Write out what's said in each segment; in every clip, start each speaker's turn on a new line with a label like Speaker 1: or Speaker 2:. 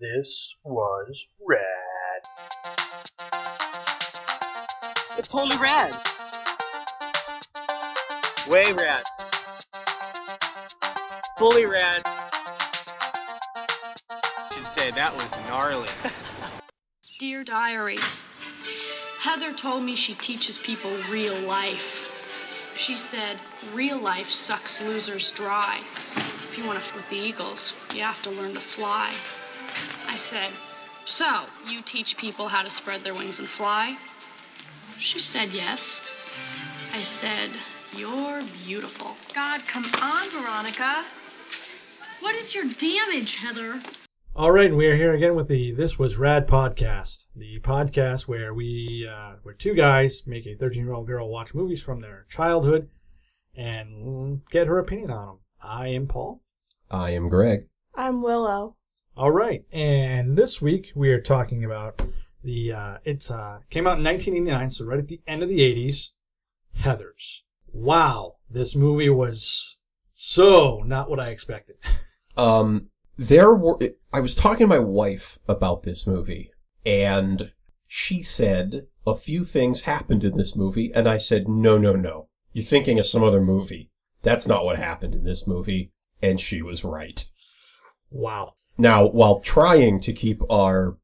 Speaker 1: This was rad.
Speaker 2: It's totally rad. Way rad. Fully rad. Should say that was gnarly.
Speaker 3: Dear Diary, Heather told me she teaches people real life. She said, real life sucks losers dry. If you want to f with the Eagles, you have to learn to fly. I said, so you teach people how to spread their wings and fly? She said, yes. I said, you're beautiful.
Speaker 4: God, come on, Veronica.
Speaker 3: What is your damage, Heather?
Speaker 5: All right, and we are here again with the This Was Rad podcast, the podcast where we, uh, where two guys make a 13 year old girl watch movies from their childhood and get her opinion on them. I am Paul.
Speaker 6: I am Greg.
Speaker 7: I'm Willow.
Speaker 5: All right, and this week we are talking about the uh, it's uh, came out in 1989, so right at the end of the 80s. Heather's. Wow, this movie was so not what I expected.
Speaker 6: Um, there were, I was talking to my wife about this movie, and she said a few things happened in this movie, and I said, no, no, no. You're thinking of some other movie. That's not what happened in this movie. And she was right.
Speaker 5: Wow.
Speaker 6: Now, while trying to keep our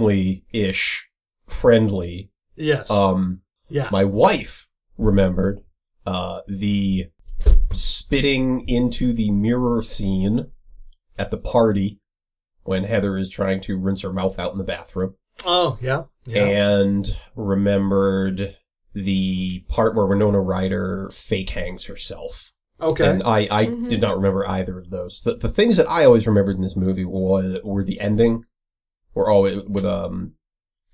Speaker 6: family-ish friendly,
Speaker 5: Yes.
Speaker 6: um,
Speaker 5: yeah.
Speaker 6: my wife remembered, uh, the spitting into the mirror scene at the party when Heather is trying to rinse her mouth out in the bathroom
Speaker 5: oh, yeah. Yeah.
Speaker 6: and remembered the part where Winona Ryder fake hangs herself.
Speaker 5: okay.
Speaker 6: And I, I did not remember either of those. The, the things that I always remembered in this movie was, were the ending, were always with, um,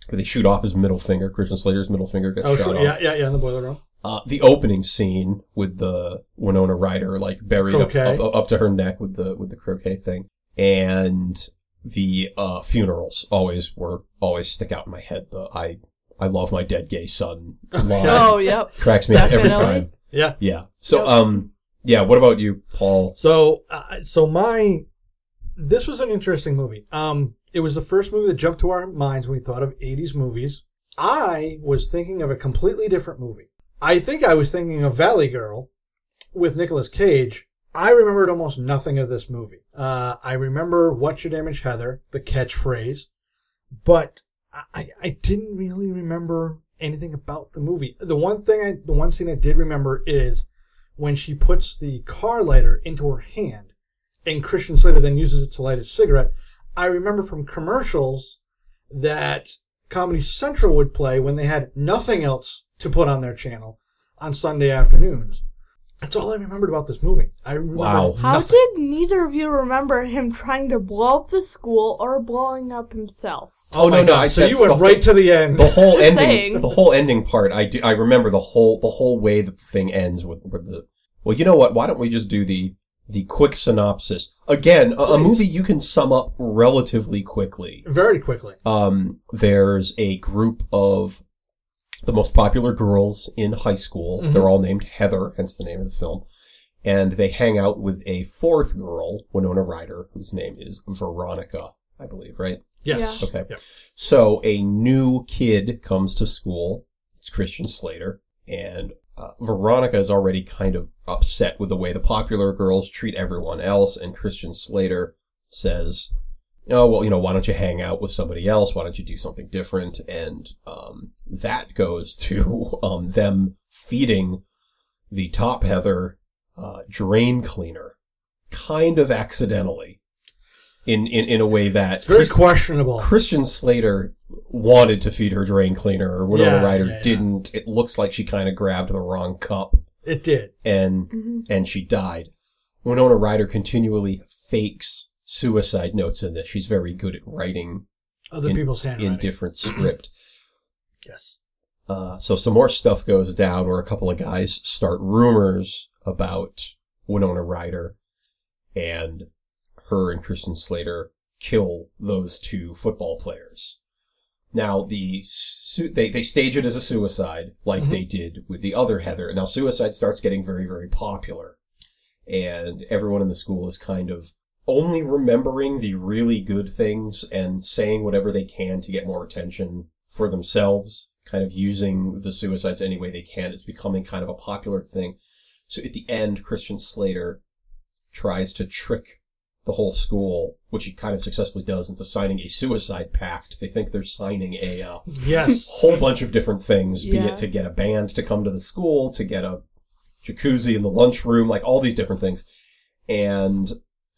Speaker 6: where they shoot off his middle finger. Christian Slater's middle finger gets
Speaker 5: oh,
Speaker 6: shot
Speaker 5: sure.
Speaker 6: off.
Speaker 5: Yeah, yeah, yeah, in the boiler room.
Speaker 6: Uh, the opening scene with the Winona Ryder like buried up,
Speaker 5: Croquet.
Speaker 6: up, up to her neck with the with the croquet thing, and the uh, funerals always were always stick out in my head. The I I love my dead gay son line
Speaker 7: Oh, yep.
Speaker 6: cracks me up every
Speaker 7: Definitely.
Speaker 6: time.
Speaker 5: Yeah.
Speaker 6: Yeah. So
Speaker 7: Yep.
Speaker 6: um yeah. What about you, Paul?
Speaker 5: So, uh, so my this was an interesting movie. Um, it was the first movie that jumped to our minds when we thought of '80s movies. I was thinking of a completely different movie. I think I was thinking of Valley Girl with Nicolas Cage. I remembered almost nothing of this movie. Uh, I remember "What's Your Damage, Heather," the catchphrase, but I, I didn't really remember anything about the movie. The one thing, I, the one scene I did remember is when she puts the car lighter into her hand and Christian Slater then uses it to light his cigarette. I remember from commercials that Comedy Central would play when they had nothing else to put on their channel on Sunday afternoons. That's all I remembered about this movie. I remember
Speaker 6: Wow.
Speaker 7: How
Speaker 5: nothing.
Speaker 7: did neither of you remember him trying to blow up the school or blowing up himself?
Speaker 6: Oh,
Speaker 5: my
Speaker 6: no, no,
Speaker 5: God.
Speaker 6: I
Speaker 5: so
Speaker 6: said
Speaker 5: you went
Speaker 6: fuck.
Speaker 5: right to the end.
Speaker 6: The whole
Speaker 7: Just
Speaker 6: ending,
Speaker 7: saying.
Speaker 6: the whole ending part. I do. I remember the whole the whole way that the thing ends with with the. Well, you know what? Why don't we just do the the quick synopsis again? A, a
Speaker 5: Please.
Speaker 6: movie you can sum up relatively quickly.
Speaker 5: Very quickly.
Speaker 6: Um, there's a group of the most popular girls in high school.
Speaker 7: Mm-hmm.
Speaker 6: They're all named Heather, hence the name of the film. And they hang out with a fourth girl, Winona Ryder, whose name is Veronica, I believe, right?
Speaker 5: Yes.
Speaker 6: Okay.
Speaker 5: Yep.
Speaker 6: So a new kid comes to school. It's Christian Slater, and uh, Veronica is already kind of upset with the way the popular girls treat everyone else. And Christian Slater says, "Oh well, you know, why don't you hang out with somebody else? Why don't you do something different?" And um, that goes to um, them feeding the top Heather uh, drain cleaner, kind of accidentally. In, in, in a way that
Speaker 5: It's very
Speaker 6: Christian-
Speaker 5: questionable.
Speaker 6: Christian Slater wanted to feed her drain cleaner, or Winona
Speaker 5: Yeah,
Speaker 6: Ryder
Speaker 5: yeah, yeah.
Speaker 6: didn't. It looks like she kind of grabbed the wrong cup,
Speaker 5: It did.
Speaker 6: and and she died. Winona Ryder continually fakes suicide notes in this. She's very good at writing
Speaker 5: Other
Speaker 6: in,
Speaker 5: people's handwriting.
Speaker 6: in different script.
Speaker 5: yes.
Speaker 6: Uh, so some more stuff goes down where a couple of guys start rumors about Winona Ryder and her and Christian Slater kill those two football players. Now the su- they they stage it as a suicide like they did with the other Heather. Now suicide starts getting very very popular and everyone in the school is kind of only remembering the really good things and saying whatever they can to get more attention for themselves, kind of using the suicides any way they can. It's becoming kind of a popular thing. So at the end, Christian Slater tries to trick the whole school, which he kind of successfully does, into signing a suicide pact. They think they're signing a uh,
Speaker 5: Yes.
Speaker 6: whole bunch of different things, be
Speaker 7: Yeah.
Speaker 6: it to get a band to come to the school, to get a jacuzzi in the lunchroom, like all these different things. And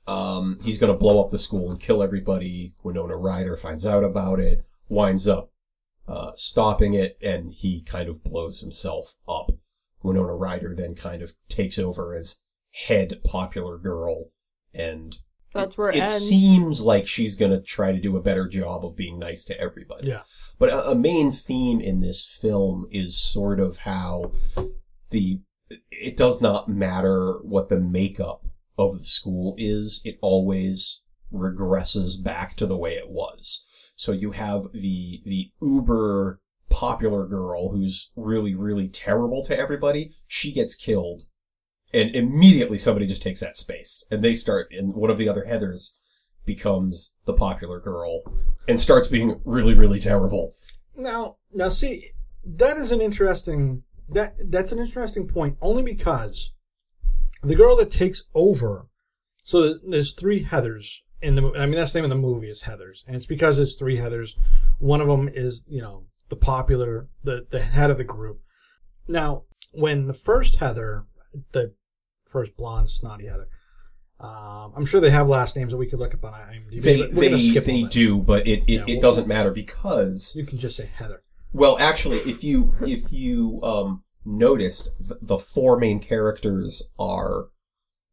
Speaker 6: um, he's going to blow up the school and kill everybody. Winona Ryder finds out about it, winds up uh, stopping it, and he kind of blows himself up. Winona Ryder then kind of takes over as head popular girl and
Speaker 7: That's where it,
Speaker 6: it
Speaker 7: ends.
Speaker 6: seems like she's going to try to do a better job of being nice to everybody.
Speaker 5: Yeah.
Speaker 6: But a, a main theme in this film is sort of how the it does not matter what the makeup of the school is, it always regresses back to the way it was. So you have the the uber popular girl who's really really terrible to everybody. She gets killed and immediately somebody just takes that space and they start and one of the other heathers becomes the popular girl and starts being really really terrible
Speaker 5: Now, now, see, that is an interesting that that's an interesting point only because the girl that takes over. So there's three Heather's in the. mo- I mean, that's the name of the movie is Heather's, and it's because it's three Heather's. One of them is you know the popular the the head of the group. Now, when the first Heather, the first blonde snotty Heather. Um, I'm sure they have last names that we could look up on IMDb.
Speaker 6: they
Speaker 5: but we're gonna
Speaker 6: they,
Speaker 5: skip
Speaker 6: they
Speaker 5: all that.
Speaker 6: do but it, it,
Speaker 5: Yeah,
Speaker 6: it
Speaker 5: well-
Speaker 6: doesn't matter because
Speaker 5: You can just say Heather.
Speaker 6: well actually if you if you um noticed th- the four main characters are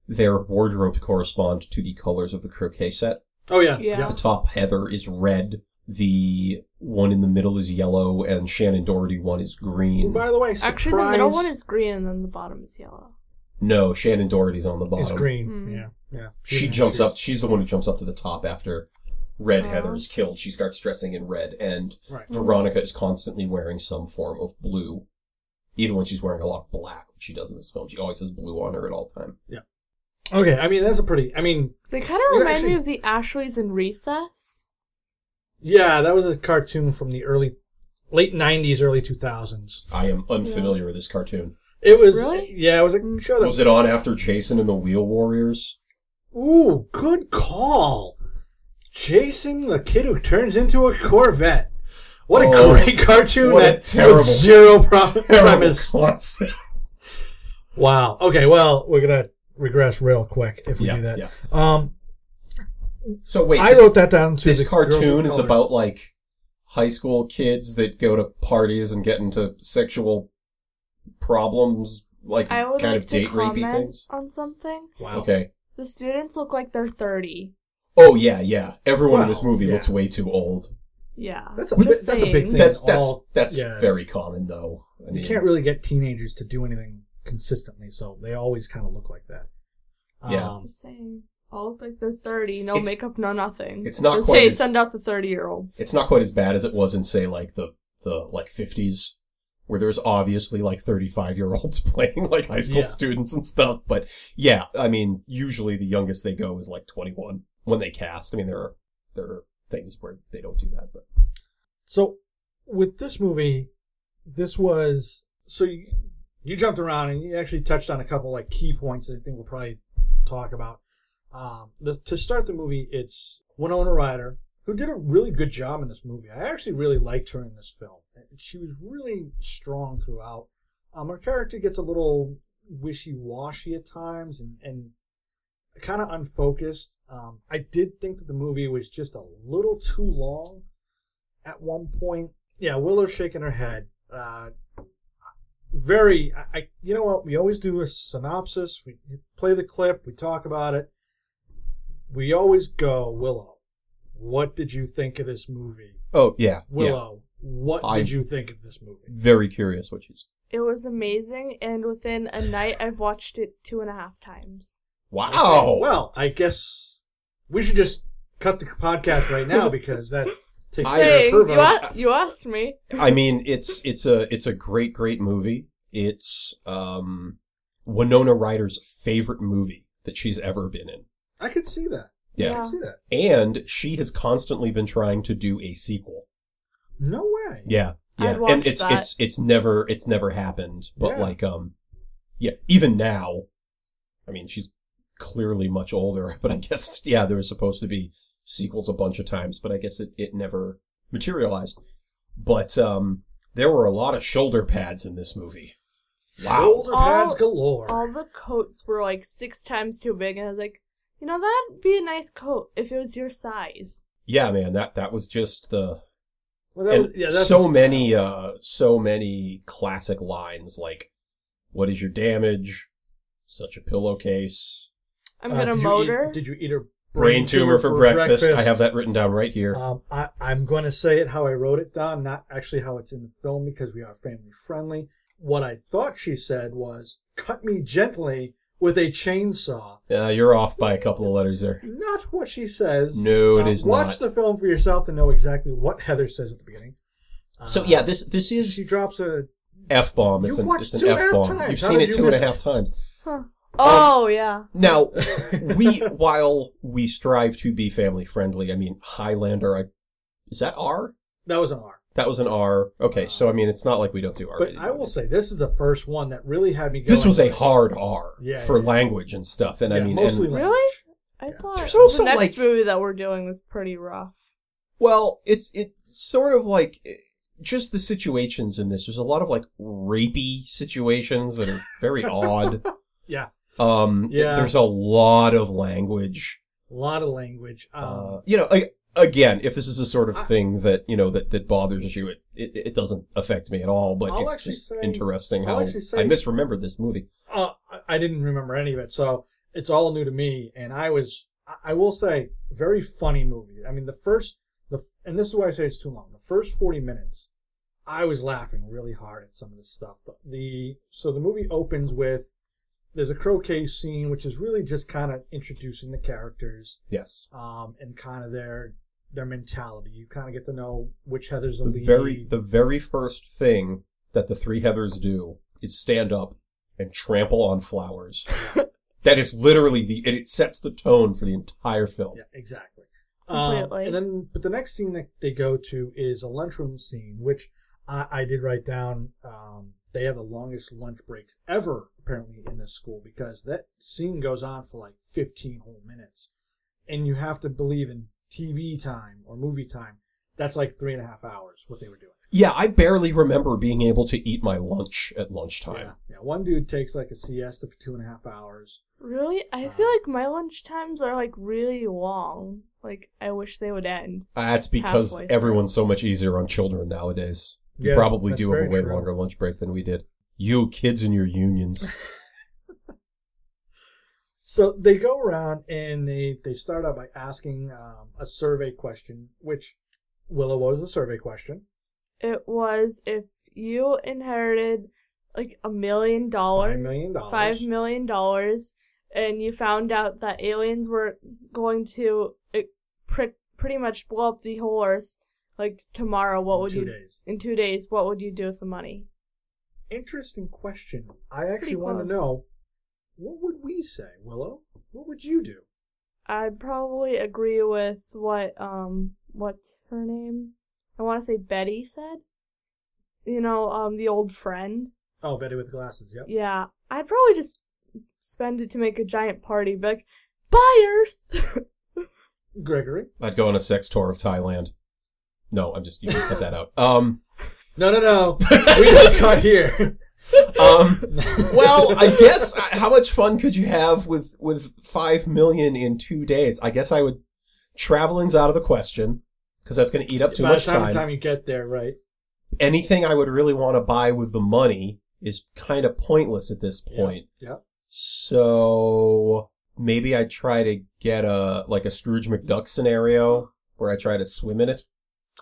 Speaker 6: their wardrobes correspond to the colors of the croquet set
Speaker 5: Oh yeah,
Speaker 7: Yeah.
Speaker 6: The top heather is red. The one in the middle is yellow, and Shannon Doherty one is green.
Speaker 5: By the way, surprise
Speaker 7: Actually, the middle one is green and then the bottom is yellow.
Speaker 6: No, Shannon Doherty's on the bottom.
Speaker 5: is green.
Speaker 7: Mm.
Speaker 5: Yeah, yeah.
Speaker 6: She
Speaker 5: Yeah,
Speaker 6: jumps
Speaker 5: she's-
Speaker 6: up. She's the one who jumps up to the top after Red
Speaker 7: Aw.
Speaker 6: Heather is killed. She starts dressing in red, and
Speaker 5: Right.
Speaker 6: Veronica is constantly wearing some form of blue, even when she's wearing a lot of black. She does in this film. She always has blue on her at all time.
Speaker 5: Okay, I mean that's a pretty. I mean,
Speaker 7: They kind
Speaker 5: Yeah,
Speaker 7: of remind
Speaker 5: actually-
Speaker 7: me of the Ashleys in Recess.
Speaker 5: yeah, that was a cartoon from the early, late '90s, early 2000s.
Speaker 6: I am unfamiliar with this cartoon.
Speaker 5: It was,
Speaker 7: Really? Mm.
Speaker 5: yeah, it was a show that
Speaker 6: Was it on after Jason and the Wheel Warriors?
Speaker 5: Ooh, good call, Jason, the kid who turns into a Corvette. What a
Speaker 6: Oh,
Speaker 5: great cartoon!
Speaker 6: what a
Speaker 5: that with
Speaker 6: terrible-
Speaker 5: zero pro-
Speaker 6: Terrible
Speaker 5: premise.
Speaker 6: concept.
Speaker 5: Wow. Okay, well, we're gonna regress real quick if we
Speaker 6: Yeah,
Speaker 5: do that.
Speaker 6: yeah.
Speaker 5: Um,
Speaker 6: So wait,
Speaker 5: I
Speaker 6: this-
Speaker 5: wrote that down to
Speaker 6: this
Speaker 5: the Girls with
Speaker 6: cartoon is
Speaker 5: Colors.
Speaker 6: about like high school kids that go to parties and get into sexual problems, like
Speaker 7: I
Speaker 6: kind
Speaker 7: would like
Speaker 6: of
Speaker 7: to
Speaker 6: date rapey
Speaker 7: comment
Speaker 6: things.
Speaker 7: on something.
Speaker 5: Wow.
Speaker 6: Okay.
Speaker 7: The students look like they're 30.
Speaker 6: Oh yeah, yeah. Everyone in this
Speaker 5: Well,
Speaker 6: movie
Speaker 5: yeah.
Speaker 6: looks way too old.
Speaker 7: Yeah.
Speaker 5: That's a
Speaker 7: Just
Speaker 5: bit- that's a big
Speaker 7: saying.
Speaker 5: thing.
Speaker 6: That's that's
Speaker 5: all-
Speaker 6: that's
Speaker 5: yeah.
Speaker 6: very common though. I mean,
Speaker 5: you can't really get teenagers to do anything consistently, so they always kind of look like that.
Speaker 6: Yeah.
Speaker 5: Um,
Speaker 7: Just saying. All look like they're 30. No
Speaker 6: It's-
Speaker 7: makeup, no nothing.
Speaker 6: it's not
Speaker 7: Just,
Speaker 6: quite
Speaker 7: Hey,
Speaker 6: as-
Speaker 7: send out the 30 year olds.
Speaker 6: it's not quite as bad as it was in say like the the like fifties. Where there's obviously like 35 year olds playing like high school
Speaker 5: Yeah.
Speaker 6: students and stuff. But yeah, I mean, usually the youngest they go is like 21 when they cast. I mean, there are, there are things where they don't do that, but
Speaker 5: so with this movie, this was so you, you jumped around and you actually touched on a couple like key points that I think we'll probably talk about. Um, the, to start the movie, it's Winona Ryder who did a really good job in this movie. I actually really liked her in this film. She was really strong throughout. Um, her character gets a little wishy-washy at times and, and kind of unfocused. Um, I did think that the movie was just a little too long at one point. Yeah, Willow shaking her head. Uh, very, I, I, you know what? We always do a synopsis. We play the clip. We talk about it. We always go, Willow. What did you think of this movie,
Speaker 6: Oh yeah, yeah.
Speaker 5: Willow? What
Speaker 6: I-
Speaker 5: did you think of this movie?
Speaker 6: Very curious what she's.
Speaker 7: It was amazing, and within a night, I've watched it two and a half times.
Speaker 6: Wow.
Speaker 5: Well, I guess we should just cut the podcast right now because that takes
Speaker 6: I-
Speaker 5: care of her
Speaker 7: Saying, you,
Speaker 5: vote.
Speaker 7: a- you asked me.
Speaker 6: I mean, it's it's a it's a great great movie. It's um Winona Ryder's favorite movie that she's ever been in.
Speaker 5: I could see that.
Speaker 6: Yeah.
Speaker 5: I can see that.
Speaker 6: And she has constantly been trying to do a sequel.
Speaker 5: No way.
Speaker 6: Yeah. Yeah.
Speaker 7: I'd watch
Speaker 6: and it's
Speaker 7: that.
Speaker 6: it's it's never it's never happened. But
Speaker 5: Yeah.
Speaker 6: like um yeah, even now I mean she's clearly much older, but I guess yeah, there was supposed to be sequels a bunch of times, but I guess it, it never materialized. But um there were a lot of shoulder pads in this movie. Wow.
Speaker 5: Shoulder pads
Speaker 7: All-
Speaker 5: galore.
Speaker 7: All the coats were like six times too big, and I was like, you know, that'd be a nice coat if it was your size.
Speaker 6: Yeah, man, that that was just the
Speaker 5: Well, that
Speaker 6: and
Speaker 5: was- yeah, that's
Speaker 6: so
Speaker 5: a-
Speaker 6: many uh so many classic lines like what is your damage such a pillowcase
Speaker 7: I'm
Speaker 5: Uh,
Speaker 7: gonna
Speaker 5: did you eat-
Speaker 7: motor.
Speaker 5: did you eat a brain,
Speaker 6: brain, tumor, for, breakfast. i have that written down right here
Speaker 5: Um, I, I'm going to say it how I wrote it down, not actually how it's in the film because we are family friendly. What I thought she said was, cut me gently with a chainsaw.
Speaker 6: uh, you're off by a couple of letters there
Speaker 5: Not what she says.
Speaker 6: No, it
Speaker 5: it is
Speaker 6: is
Speaker 5: Watch
Speaker 6: not.
Speaker 5: the film for yourself to know exactly what Heather says at the beginning.
Speaker 6: so
Speaker 5: Uh,
Speaker 6: yeah this this
Speaker 5: she
Speaker 6: is
Speaker 5: drops a.
Speaker 6: f-bomb it's
Speaker 5: You've
Speaker 6: an,
Speaker 5: watched
Speaker 6: it's
Speaker 5: two
Speaker 6: an
Speaker 5: and a half
Speaker 6: f-bomb
Speaker 5: times.
Speaker 6: you've
Speaker 5: How
Speaker 6: seen
Speaker 5: did
Speaker 6: it
Speaker 5: you
Speaker 6: two and a
Speaker 5: miss it?
Speaker 6: half times
Speaker 7: oh yeah.
Speaker 6: now we while we strive to be family friendly i mean highlander i is that r
Speaker 5: That was an R.
Speaker 6: that was an r okay so i mean it's not like we don't do r
Speaker 5: But I will say this is the first one that really had me. Going,
Speaker 6: This was a hard R
Speaker 5: Yeah,
Speaker 6: for
Speaker 5: yeah.
Speaker 6: language and stuff, and I
Speaker 5: Yeah,
Speaker 6: mean,
Speaker 5: mostly
Speaker 6: and,
Speaker 5: language.
Speaker 7: Really? I thought
Speaker 6: There's also,
Speaker 7: the
Speaker 6: like-
Speaker 7: next movie that we're doing was pretty rough.
Speaker 6: well, it's it's sort of like eh, just the situations in this. There's a lot of like rapey situations that are very odd.
Speaker 5: Yeah,
Speaker 6: Um,
Speaker 5: Yeah.
Speaker 6: there's a lot of language.
Speaker 5: a lot of language. Um,
Speaker 6: uh, you know, I, again, if this is the sort of
Speaker 5: I-
Speaker 6: thing that you know that that bothers you, it it, it doesn't affect me at all. But
Speaker 5: I'll
Speaker 6: it's
Speaker 5: actually
Speaker 6: just
Speaker 5: say-
Speaker 6: interesting
Speaker 5: I'll
Speaker 6: how
Speaker 5: actually say-
Speaker 6: I misremembered this movie.
Speaker 5: uh, I- I didn't remember any of it, so it's all new to me. And I was, I- I will say, very funny movie. I mean, the first, the f- and this is why I say it's too long. The first forty minutes, I was laughing really hard at some of this stuff. The, the so the movie opens with there's a croquet scene, which is really just kind of introducing the characters
Speaker 6: Yes,
Speaker 5: um, and kind of their their mentality. You kind of get to know which Heather's the,
Speaker 6: the
Speaker 5: lead.
Speaker 6: very the very first thing that the three heathers do is stand up and trample on flowers that is literally the it, it sets the tone for the entire film
Speaker 5: Yeah, exactly. Um,
Speaker 7: Completely.
Speaker 5: and then, but the next scene that they go to is a lunchroom scene, which I, I did write down. Um, they have the longest lunch breaks ever, apparently, in this school because that scene goes on for like 15 whole minutes. And you have to believe in TV time or movie time. That's like three and a half hours, what they were doing.
Speaker 6: yeah i barely remember being able to eat my lunch at lunchtime
Speaker 5: Yeah. yeah. One dude takes like a siesta for two and a half hours.
Speaker 7: Really? I feel like my lunch times are like really long. Like I wish they would end.
Speaker 6: that's because
Speaker 7: Halfway through.
Speaker 6: everyone's so much easier on children nowadays you
Speaker 5: Yeah,
Speaker 6: probably
Speaker 5: that's
Speaker 6: do have
Speaker 5: very
Speaker 6: a way
Speaker 5: true.
Speaker 6: longer lunch break than we did you kids in your unions
Speaker 5: So they go around and they, they start out by asking um, a survey question, which Willow what was the survey question.
Speaker 7: It was if you inherited like a million dollars,
Speaker 5: Five million dollars.
Speaker 7: five million dollars, and you found out that aliens were going to eh, pre- pretty much blow up the whole earth, like tomorrow, what
Speaker 5: in
Speaker 7: would
Speaker 5: two
Speaker 7: you
Speaker 5: days?
Speaker 7: in two days? What would you do with the money?
Speaker 5: Interesting question. I
Speaker 7: pretty
Speaker 5: actually want to
Speaker 7: close.
Speaker 5: know what would we say, Willow? What would you do?
Speaker 7: I'd probably agree with what um what's her name? I want to say Betty said. You know, um the old friend.
Speaker 5: Oh, Betty with the glasses. Yep.
Speaker 7: Yeah, I'd probably just spend it to make a giant party, but like, bye Earth.
Speaker 5: Gregory.
Speaker 6: i'd go on a sex tour of thailand no i'm just you can cut that out um
Speaker 5: No, no, no. we didn't cut here.
Speaker 6: um well, I guess I- how much fun could you have with with five million in two days? I guess I would. Traveling's out of the question because that's going to eat up too
Speaker 5: By
Speaker 6: much
Speaker 5: the time,
Speaker 6: time.
Speaker 5: time you get there, right?
Speaker 6: Anything I would really want to buy with the money is kind of pointless at this
Speaker 5: Yeah,
Speaker 6: point.
Speaker 5: Yep.
Speaker 6: So maybe I try to get a like a Scrooge McDuck scenario where I try to swim in it.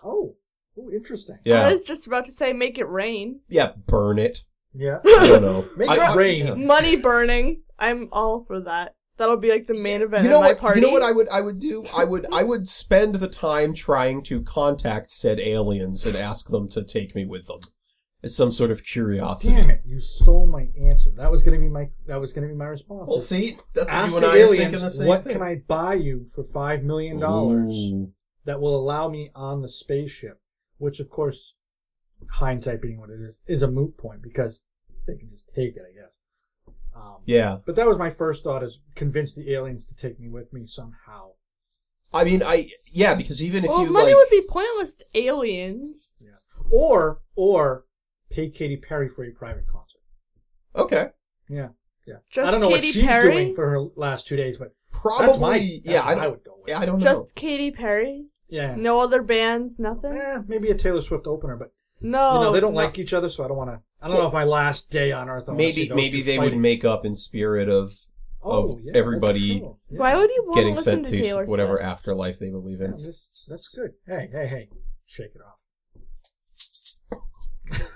Speaker 5: Oh. Oh, interesting.
Speaker 7: I
Speaker 6: Yeah,
Speaker 7: was just about to say make it rain.
Speaker 6: yeah, burn it.
Speaker 5: Yeah.
Speaker 6: I don't know.
Speaker 5: Make
Speaker 6: I-
Speaker 5: it
Speaker 6: I-
Speaker 5: rain.
Speaker 6: yeah.
Speaker 7: Money burning. I'm all for that. That'll be like the main event
Speaker 6: you know
Speaker 7: of my
Speaker 6: what,
Speaker 7: party.
Speaker 6: You know what I would I would do? I would I would spend the time trying to contact said aliens and ask them to take me with them. as some sort of curiosity.
Speaker 5: Damn it! You stole my answer. That was gonna be my. That was gonna be my response.
Speaker 6: Well, see, that,
Speaker 5: Ask
Speaker 6: you and
Speaker 5: the
Speaker 6: I are thinking the
Speaker 5: aliens,
Speaker 6: same
Speaker 5: what
Speaker 6: thing.
Speaker 5: can I buy you for five million dollars
Speaker 6: Ooh.
Speaker 5: that will allow me on the spaceship? Which, of course, hindsight being what it is, is a moot point because they can just take it, I guess. Um,
Speaker 6: Yeah,
Speaker 5: But that was my first thought: is convince the aliens to take me with me somehow.
Speaker 6: I mean, I yeah, because even if
Speaker 7: Well,
Speaker 6: you
Speaker 7: money
Speaker 6: like,
Speaker 7: would be pointless to aliens.
Speaker 5: Yeah. Or or pay Katy Perry for a private concert.
Speaker 6: okay,
Speaker 5: Yeah. Yeah.
Speaker 7: Just
Speaker 5: I don't know
Speaker 7: Katy
Speaker 5: what she's
Speaker 7: Perry?
Speaker 5: doing for her last two days, but
Speaker 6: probably
Speaker 5: that's my that's
Speaker 6: yeah.
Speaker 5: what
Speaker 6: I don't,
Speaker 5: would go with.
Speaker 6: yeah, I don't know.
Speaker 7: Just Katy Perry.
Speaker 5: Yeah.
Speaker 7: No other bands. Nothing.
Speaker 5: Eh, maybe a Taylor Swift opener, but
Speaker 7: No.
Speaker 5: you know they don't
Speaker 7: Oh, no.
Speaker 5: like each other, so I don't want to. I don't know if my last day on Earth. I wanna see
Speaker 6: maybe
Speaker 5: those
Speaker 6: maybe
Speaker 5: two
Speaker 6: they
Speaker 5: fighting.
Speaker 6: would make up in spirit of
Speaker 5: Oh, yeah, that's
Speaker 6: everybody
Speaker 5: true. Yeah.
Speaker 7: Why would you want to
Speaker 6: getting
Speaker 7: listen
Speaker 6: sent
Speaker 7: to
Speaker 6: to,
Speaker 7: Taylor
Speaker 6: whatever
Speaker 7: Swift?
Speaker 6: afterlife they believe
Speaker 5: Yeah,
Speaker 6: in.
Speaker 5: this, that's good. Hey, hey, hey, shake it off.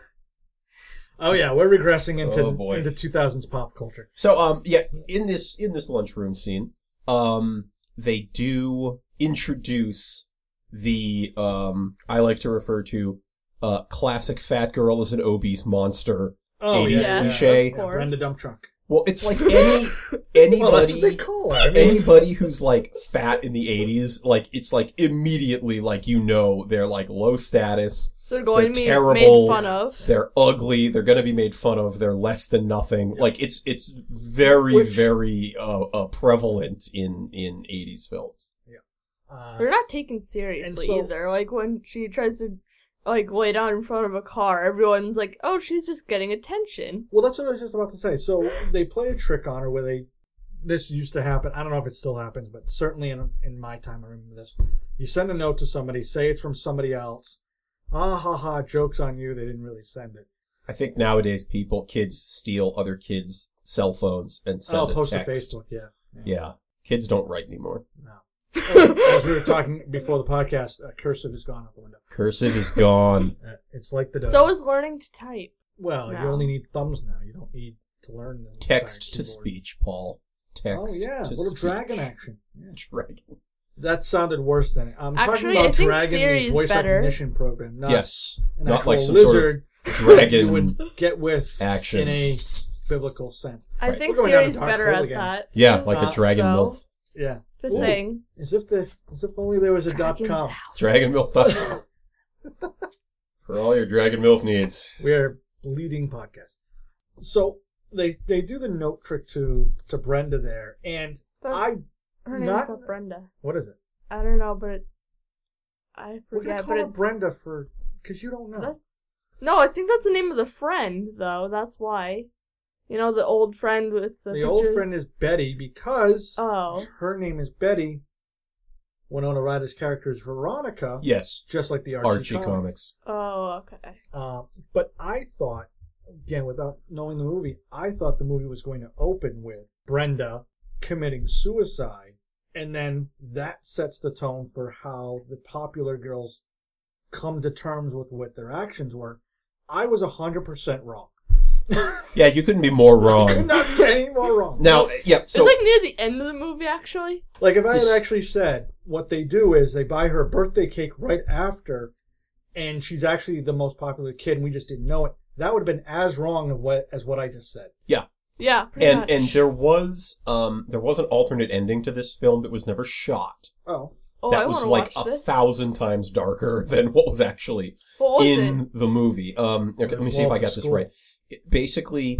Speaker 5: oh yeah, we're regressing into
Speaker 6: Oh, boy.
Speaker 5: into two thousands pop culture.
Speaker 6: So um yeah, in this in this lunchroom scene, um they do introduce the um I like to refer to uh classic fat girl as an obese monster.
Speaker 5: Oh
Speaker 6: 80s
Speaker 7: yeah,
Speaker 6: cliche.
Speaker 7: of course.
Speaker 5: Brenda Dump Truck.
Speaker 6: Well, it's like any anybody
Speaker 5: Well, that's what they call her. I mean,
Speaker 6: anybody who's like fat in the 80s, like it's like immediately like you know they're like low status,
Speaker 7: They're going to
Speaker 6: They're
Speaker 7: be
Speaker 6: terrible.
Speaker 7: made fun of.
Speaker 6: they're ugly, they're going to be made fun of, they're less than nothing. Like it's it's very
Speaker 5: Which-
Speaker 6: very uh, uh prevalent in in 80s films.
Speaker 5: uh,
Speaker 7: They're not taken seriously
Speaker 5: so-
Speaker 7: either. Like when she tries to like lay down in front of a car, everyone's like, "Oh, she's just getting attention."
Speaker 5: Well, that's what I was just about to say. So they play a trick on her where they. This used to happen. I don't know if it still happens, but certainly in in my time, I remember this. You send a note to somebody, say it's from somebody else. Ah ha ha! Jokes on you. They didn't really send it.
Speaker 6: I think nowadays people kids steal other kids cell phones and send
Speaker 5: oh,
Speaker 6: a
Speaker 5: post to
Speaker 6: text.
Speaker 5: Facebook. Yeah.
Speaker 6: Yeah. Kids don't write anymore.
Speaker 5: No. As we were talking before the podcast, uh, cursive is gone out the window.
Speaker 6: Cursive is gone.
Speaker 5: Uh, it's like the
Speaker 7: So is learning to type.
Speaker 5: well. You
Speaker 7: No.
Speaker 5: only need thumbs now. You don't need to learn the entire
Speaker 6: Text to
Speaker 5: keyboard.
Speaker 6: speech, Paul. Text.
Speaker 5: oh yeah,
Speaker 6: to
Speaker 5: little
Speaker 6: speech.
Speaker 5: dragon action. Yeah.
Speaker 6: Dragon.
Speaker 5: That sounded worse than it. I'm
Speaker 7: Actually,
Speaker 5: talking
Speaker 7: I
Speaker 5: about
Speaker 7: think
Speaker 5: Dragon
Speaker 7: Siri
Speaker 5: the
Speaker 7: is
Speaker 5: voice
Speaker 7: better.
Speaker 5: recognition program, not
Speaker 6: yes,
Speaker 5: an
Speaker 6: not
Speaker 5: actual
Speaker 6: like some
Speaker 5: lizard
Speaker 6: sort of
Speaker 5: that you
Speaker 6: dragon.
Speaker 5: would get with
Speaker 6: action.
Speaker 5: in a biblical sense.
Speaker 7: I
Speaker 6: Right.
Speaker 7: think
Speaker 5: We're going down a
Speaker 7: Siri's
Speaker 5: dark
Speaker 7: better
Speaker 5: hole
Speaker 7: at
Speaker 5: again.
Speaker 7: that.
Speaker 6: yeah, like
Speaker 5: Uh,
Speaker 6: a dragon
Speaker 7: no.
Speaker 6: milf.
Speaker 5: Yeah,
Speaker 7: Just
Speaker 6: Ooh.
Speaker 7: saying.
Speaker 5: as if the as if only there was a dot
Speaker 7: Dragon's
Speaker 5: com.
Speaker 7: out.
Speaker 6: Dragon milf. For all your dragon milf needs.
Speaker 5: We're leading podcast. So they they do the note trick to to Brenda there, and
Speaker 7: But
Speaker 5: I
Speaker 7: her name's
Speaker 5: not-
Speaker 7: not Brenda.
Speaker 5: what is it?
Speaker 7: I don't know, but it's I
Speaker 5: We're gonna
Speaker 7: forget.
Speaker 5: call
Speaker 7: But
Speaker 5: her
Speaker 7: it's,
Speaker 5: Brenda for because you don't know.
Speaker 7: that's no. I think that's the name of the friend though. That's why. You know the old friend with the
Speaker 5: the old
Speaker 7: pictures?
Speaker 5: friend is Betty because
Speaker 7: Oh.
Speaker 5: her name is Betty. Winona Ryder's character is Veronica,
Speaker 6: Yes,
Speaker 5: just like the Archie,
Speaker 6: Archie,
Speaker 5: comic.
Speaker 6: comics.
Speaker 7: Oh, okay.
Speaker 5: Uh, but I thought, again, without knowing the movie, I thought the movie was going to open with Brenda committing suicide, and then that sets the tone for how the popular girls come to terms with what their actions were. I was hundred percent wrong.
Speaker 6: Yeah, you couldn't be more
Speaker 5: Could
Speaker 6: wrong.
Speaker 5: not be any more wrong.
Speaker 6: now, yeah. So
Speaker 7: it's like near the end of the movie, actually.
Speaker 5: Like if I had
Speaker 6: This-
Speaker 5: actually said what they do is they buy her a birthday cake right after, and she's actually the most popular kid, and we just didn't know it. That would have been as wrong of what, as what I just said.
Speaker 6: yeah,
Speaker 7: Yeah, pretty
Speaker 6: and
Speaker 7: much.
Speaker 6: and there was um there was an alternate ending to this film that was never shot.
Speaker 5: Oh,
Speaker 7: oh, I
Speaker 6: that was
Speaker 7: wanna
Speaker 6: like
Speaker 7: watch
Speaker 6: a
Speaker 7: this.
Speaker 6: thousand times darker than what was actually
Speaker 7: What was
Speaker 6: in
Speaker 7: it?
Speaker 6: the movie. Um, okay, let me see if
Speaker 5: Blow up
Speaker 6: I
Speaker 5: the
Speaker 6: got this
Speaker 5: school.
Speaker 6: right. It, basically,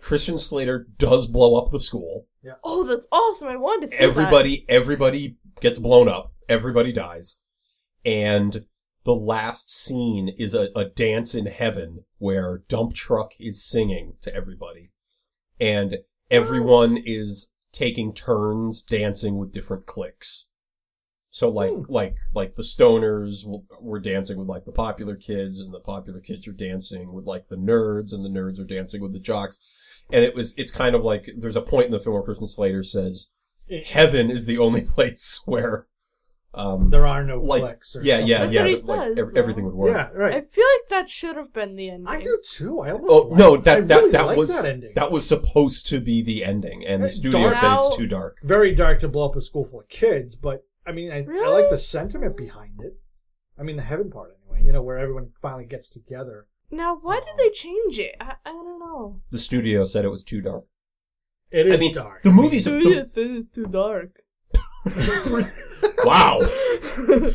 Speaker 6: Christian Slater does blow up the school.
Speaker 7: Oh, that's awesome! I wanted to see
Speaker 6: Everybody, everybody gets blown up. Everybody dies, and the last scene is a, a dance in heaven where Dump Truck is singing to everybody, and everyone is taking turns dancing with different cliques. So like
Speaker 5: Hmm.
Speaker 6: like like the stoners will, were dancing with like the popular kids, and the popular kids are dancing with like the nerds, and the nerds are dancing with the jocks. And it was it's kind of like there's a point in the film where Kristen Slater says, "Heaven is the only place where." Um,
Speaker 5: there are no
Speaker 6: like
Speaker 5: clicks. Or
Speaker 6: yeah,
Speaker 5: something.
Speaker 6: yeah,
Speaker 7: That's
Speaker 6: yeah.
Speaker 7: what he
Speaker 6: that, like,
Speaker 7: says,
Speaker 6: ev-
Speaker 7: though.
Speaker 6: everything would work.
Speaker 5: yeah,
Speaker 7: that. I
Speaker 5: right.
Speaker 7: feel like that should have been the ending.
Speaker 5: I, do too. I almost.
Speaker 6: Oh
Speaker 5: like
Speaker 6: no,
Speaker 5: it. I
Speaker 6: that that
Speaker 5: really
Speaker 6: that
Speaker 5: like
Speaker 6: was
Speaker 5: that ending.
Speaker 6: that was supposed to be the ending, and the
Speaker 5: It's
Speaker 6: studio
Speaker 5: dark.
Speaker 6: said it's
Speaker 7: Now-
Speaker 6: too dark.
Speaker 5: very dark to blow up a school full of kids, but I mean, I, I like
Speaker 7: Really?
Speaker 5: the sentiment behind it. I mean, the heaven part anyway. You know, where everyone finally gets together
Speaker 7: Now, why did they change it? I, I don't know.
Speaker 6: The studio said it was too dark.
Speaker 5: It is
Speaker 6: I mean,
Speaker 5: dark.
Speaker 6: the movie's the,
Speaker 7: this is too dark.
Speaker 6: wow.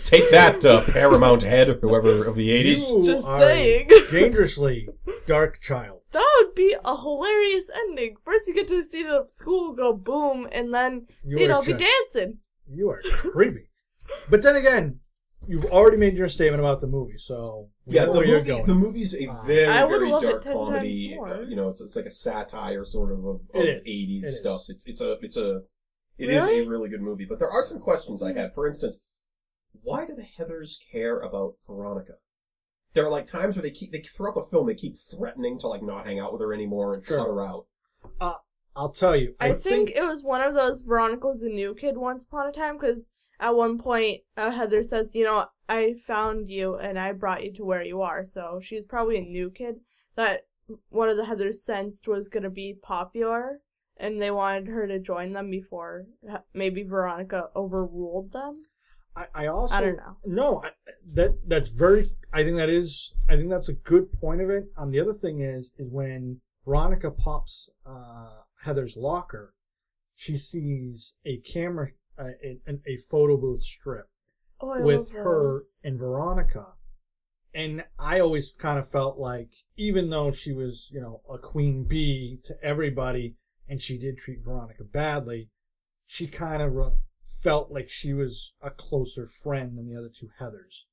Speaker 6: Take that, uh, Paramount head, or whoever of the '80s.
Speaker 5: You
Speaker 7: Just
Speaker 5: are
Speaker 7: saying.
Speaker 5: a dangerously dark child.
Speaker 7: That would be a hilarious ending. First, you get to see the school go boom, and then
Speaker 5: You
Speaker 7: they'd
Speaker 5: are
Speaker 7: all be
Speaker 5: just-
Speaker 7: dancing.
Speaker 5: You are creepy. But then again, you've already made your statement about the movie, so we know where you're going.
Speaker 6: movie's a
Speaker 5: very,
Speaker 7: I would very love dark it 10 times comedy, more. uh, you
Speaker 6: know, it's, it's like a satire sort of of,
Speaker 5: It of is. 80s It is. stuff.
Speaker 6: It's it's a it's a
Speaker 7: it is a Really? Hmm.
Speaker 6: really good movie. But there are some questions I had. For instance, why do the Heathers care about Veronica? There are like times where they keep they throughout the film they keep threatening to like not hang out with her anymore and
Speaker 5: Sure.
Speaker 6: cut her out.
Speaker 5: I'll tell you.
Speaker 7: I think it was one of those Veronica was a new kid once upon a time because at one point uh, Heather says, "You know, I found you and I brought you to where you are." So she's probably a new kid that one of the Heathers sensed was gonna be popular, and they wanted her to join them before uh, maybe Veronica overruled them.
Speaker 5: I, I also
Speaker 7: I don't know.
Speaker 5: No, I, that that's very. I think that is. I think that's a good point of it. Um, the other thing is, is when Veronica pops uh, Heather's locker, she sees a camera, uh, a, an- a photo booth strip
Speaker 7: Oh, I
Speaker 5: with
Speaker 7: love
Speaker 5: her
Speaker 7: those.
Speaker 5: and Veronica. And I always kind of felt like, even though she was, you know, a queen bee to everybody, and she did treat Veronica badly, she kind of re- felt like she was a closer friend than the other two Heathers.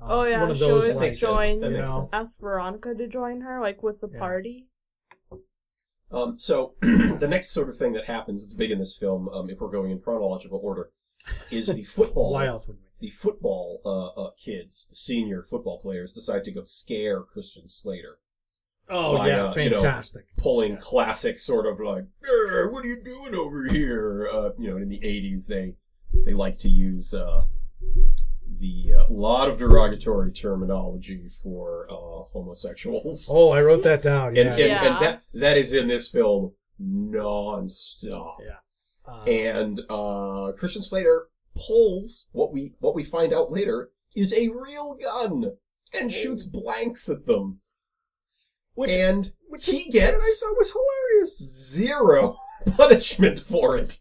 Speaker 5: Uh,
Speaker 7: Oh, yeah,
Speaker 5: one of
Speaker 7: she
Speaker 5: those
Speaker 7: always
Speaker 5: like,
Speaker 7: joined,
Speaker 5: you know.
Speaker 7: Asked Veronica to join her, like with the
Speaker 5: Yeah.
Speaker 7: party.
Speaker 6: Um, so the next sort of thing that happens that's big in this film, um, if we're going in chronological order, is the football.
Speaker 5: why else would we?
Speaker 6: The football uh, uh, kids, the senior football players, decide to go scare Christian Slater,
Speaker 5: Oh
Speaker 6: Why,
Speaker 5: yeah,
Speaker 6: uh, you know,
Speaker 5: fantastic.
Speaker 6: pulling classic sort of like, "Eh, "What are you doing over here?" Uh, you know, in the '80s, they they like to use uh, the uh, lot of derogatory terminology for uh, homosexuals.
Speaker 5: Oh, I wrote that down.
Speaker 6: and,
Speaker 5: Yeah,
Speaker 6: and,
Speaker 7: Yeah.
Speaker 6: and that that is in this film nonstop.
Speaker 5: yeah. Uh,
Speaker 6: and uh, Christian Slater pulls what we what we find out later is a real gun and shoots blanks at them,
Speaker 5: which,
Speaker 6: and
Speaker 5: which
Speaker 6: he
Speaker 5: is- that I
Speaker 6: gets-
Speaker 5: thought was hilarious.
Speaker 6: zero punishment for it.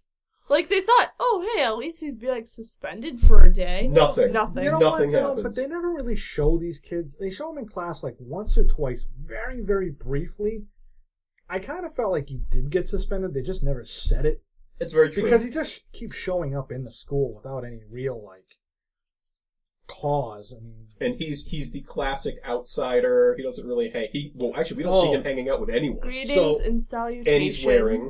Speaker 7: Like they thought, oh hey, at least he'd be like suspended for a day.
Speaker 6: Nothing.
Speaker 7: Nothing.
Speaker 5: You know what,
Speaker 6: Nothing
Speaker 5: though?
Speaker 6: happens.
Speaker 5: But they never really show these kids. They show them in class like once or twice, very, very briefly. I kind of felt like he did get suspended. They just never said it
Speaker 6: It's very true.
Speaker 5: because he just keeps showing up in the school without any real like cause. I mean,
Speaker 6: and he's he's the classic outsider. He doesn't really hang. He well, actually, we don't see
Speaker 5: Oh.
Speaker 6: him hanging out with anyone.
Speaker 7: Greetings
Speaker 5: So-
Speaker 7: and salutations.
Speaker 6: he's wearing-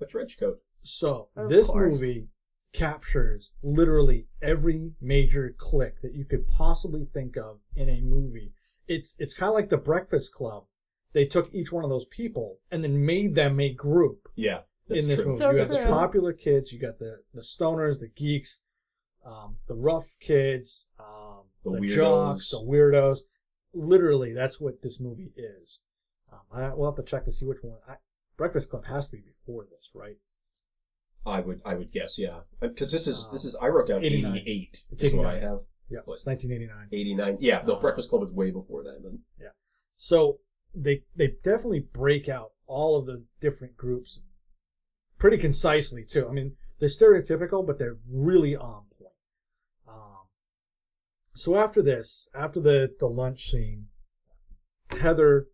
Speaker 6: A trench coat.
Speaker 5: so
Speaker 7: Of
Speaker 5: this
Speaker 7: course.
Speaker 5: movie captures literally every major click that you could possibly think of in a movie. It's it's kind of like the Breakfast Club. They took each one of those people and then made them a group.
Speaker 6: Yeah,
Speaker 5: in this movie.
Speaker 7: So
Speaker 5: you got the
Speaker 7: true.
Speaker 5: popular kids, you got the, the stoners, the geeks, um, the rough kids, um,
Speaker 6: The
Speaker 5: the,
Speaker 6: weirdos.
Speaker 5: jocks, the weirdos. Literally, that's what this movie is. Um, I, we'll have to check to see which one. I, Breakfast Club has to be before this, right?
Speaker 6: I would I would guess yeah because this is this
Speaker 5: Um,
Speaker 6: is I wrote down
Speaker 5: 89.
Speaker 6: eighty eight.
Speaker 5: It's
Speaker 6: is what I
Speaker 5: 89.
Speaker 6: have.
Speaker 5: Yeah, it's 1989.
Speaker 6: 89. Yeah, no,
Speaker 5: Uh,
Speaker 6: Breakfast Club was way before that. Then
Speaker 5: So they they definitely break out all of the different groups pretty concisely too. I mean, they're stereotypical, but they're really on point. Um, so after this, after the the lunch scene, Heather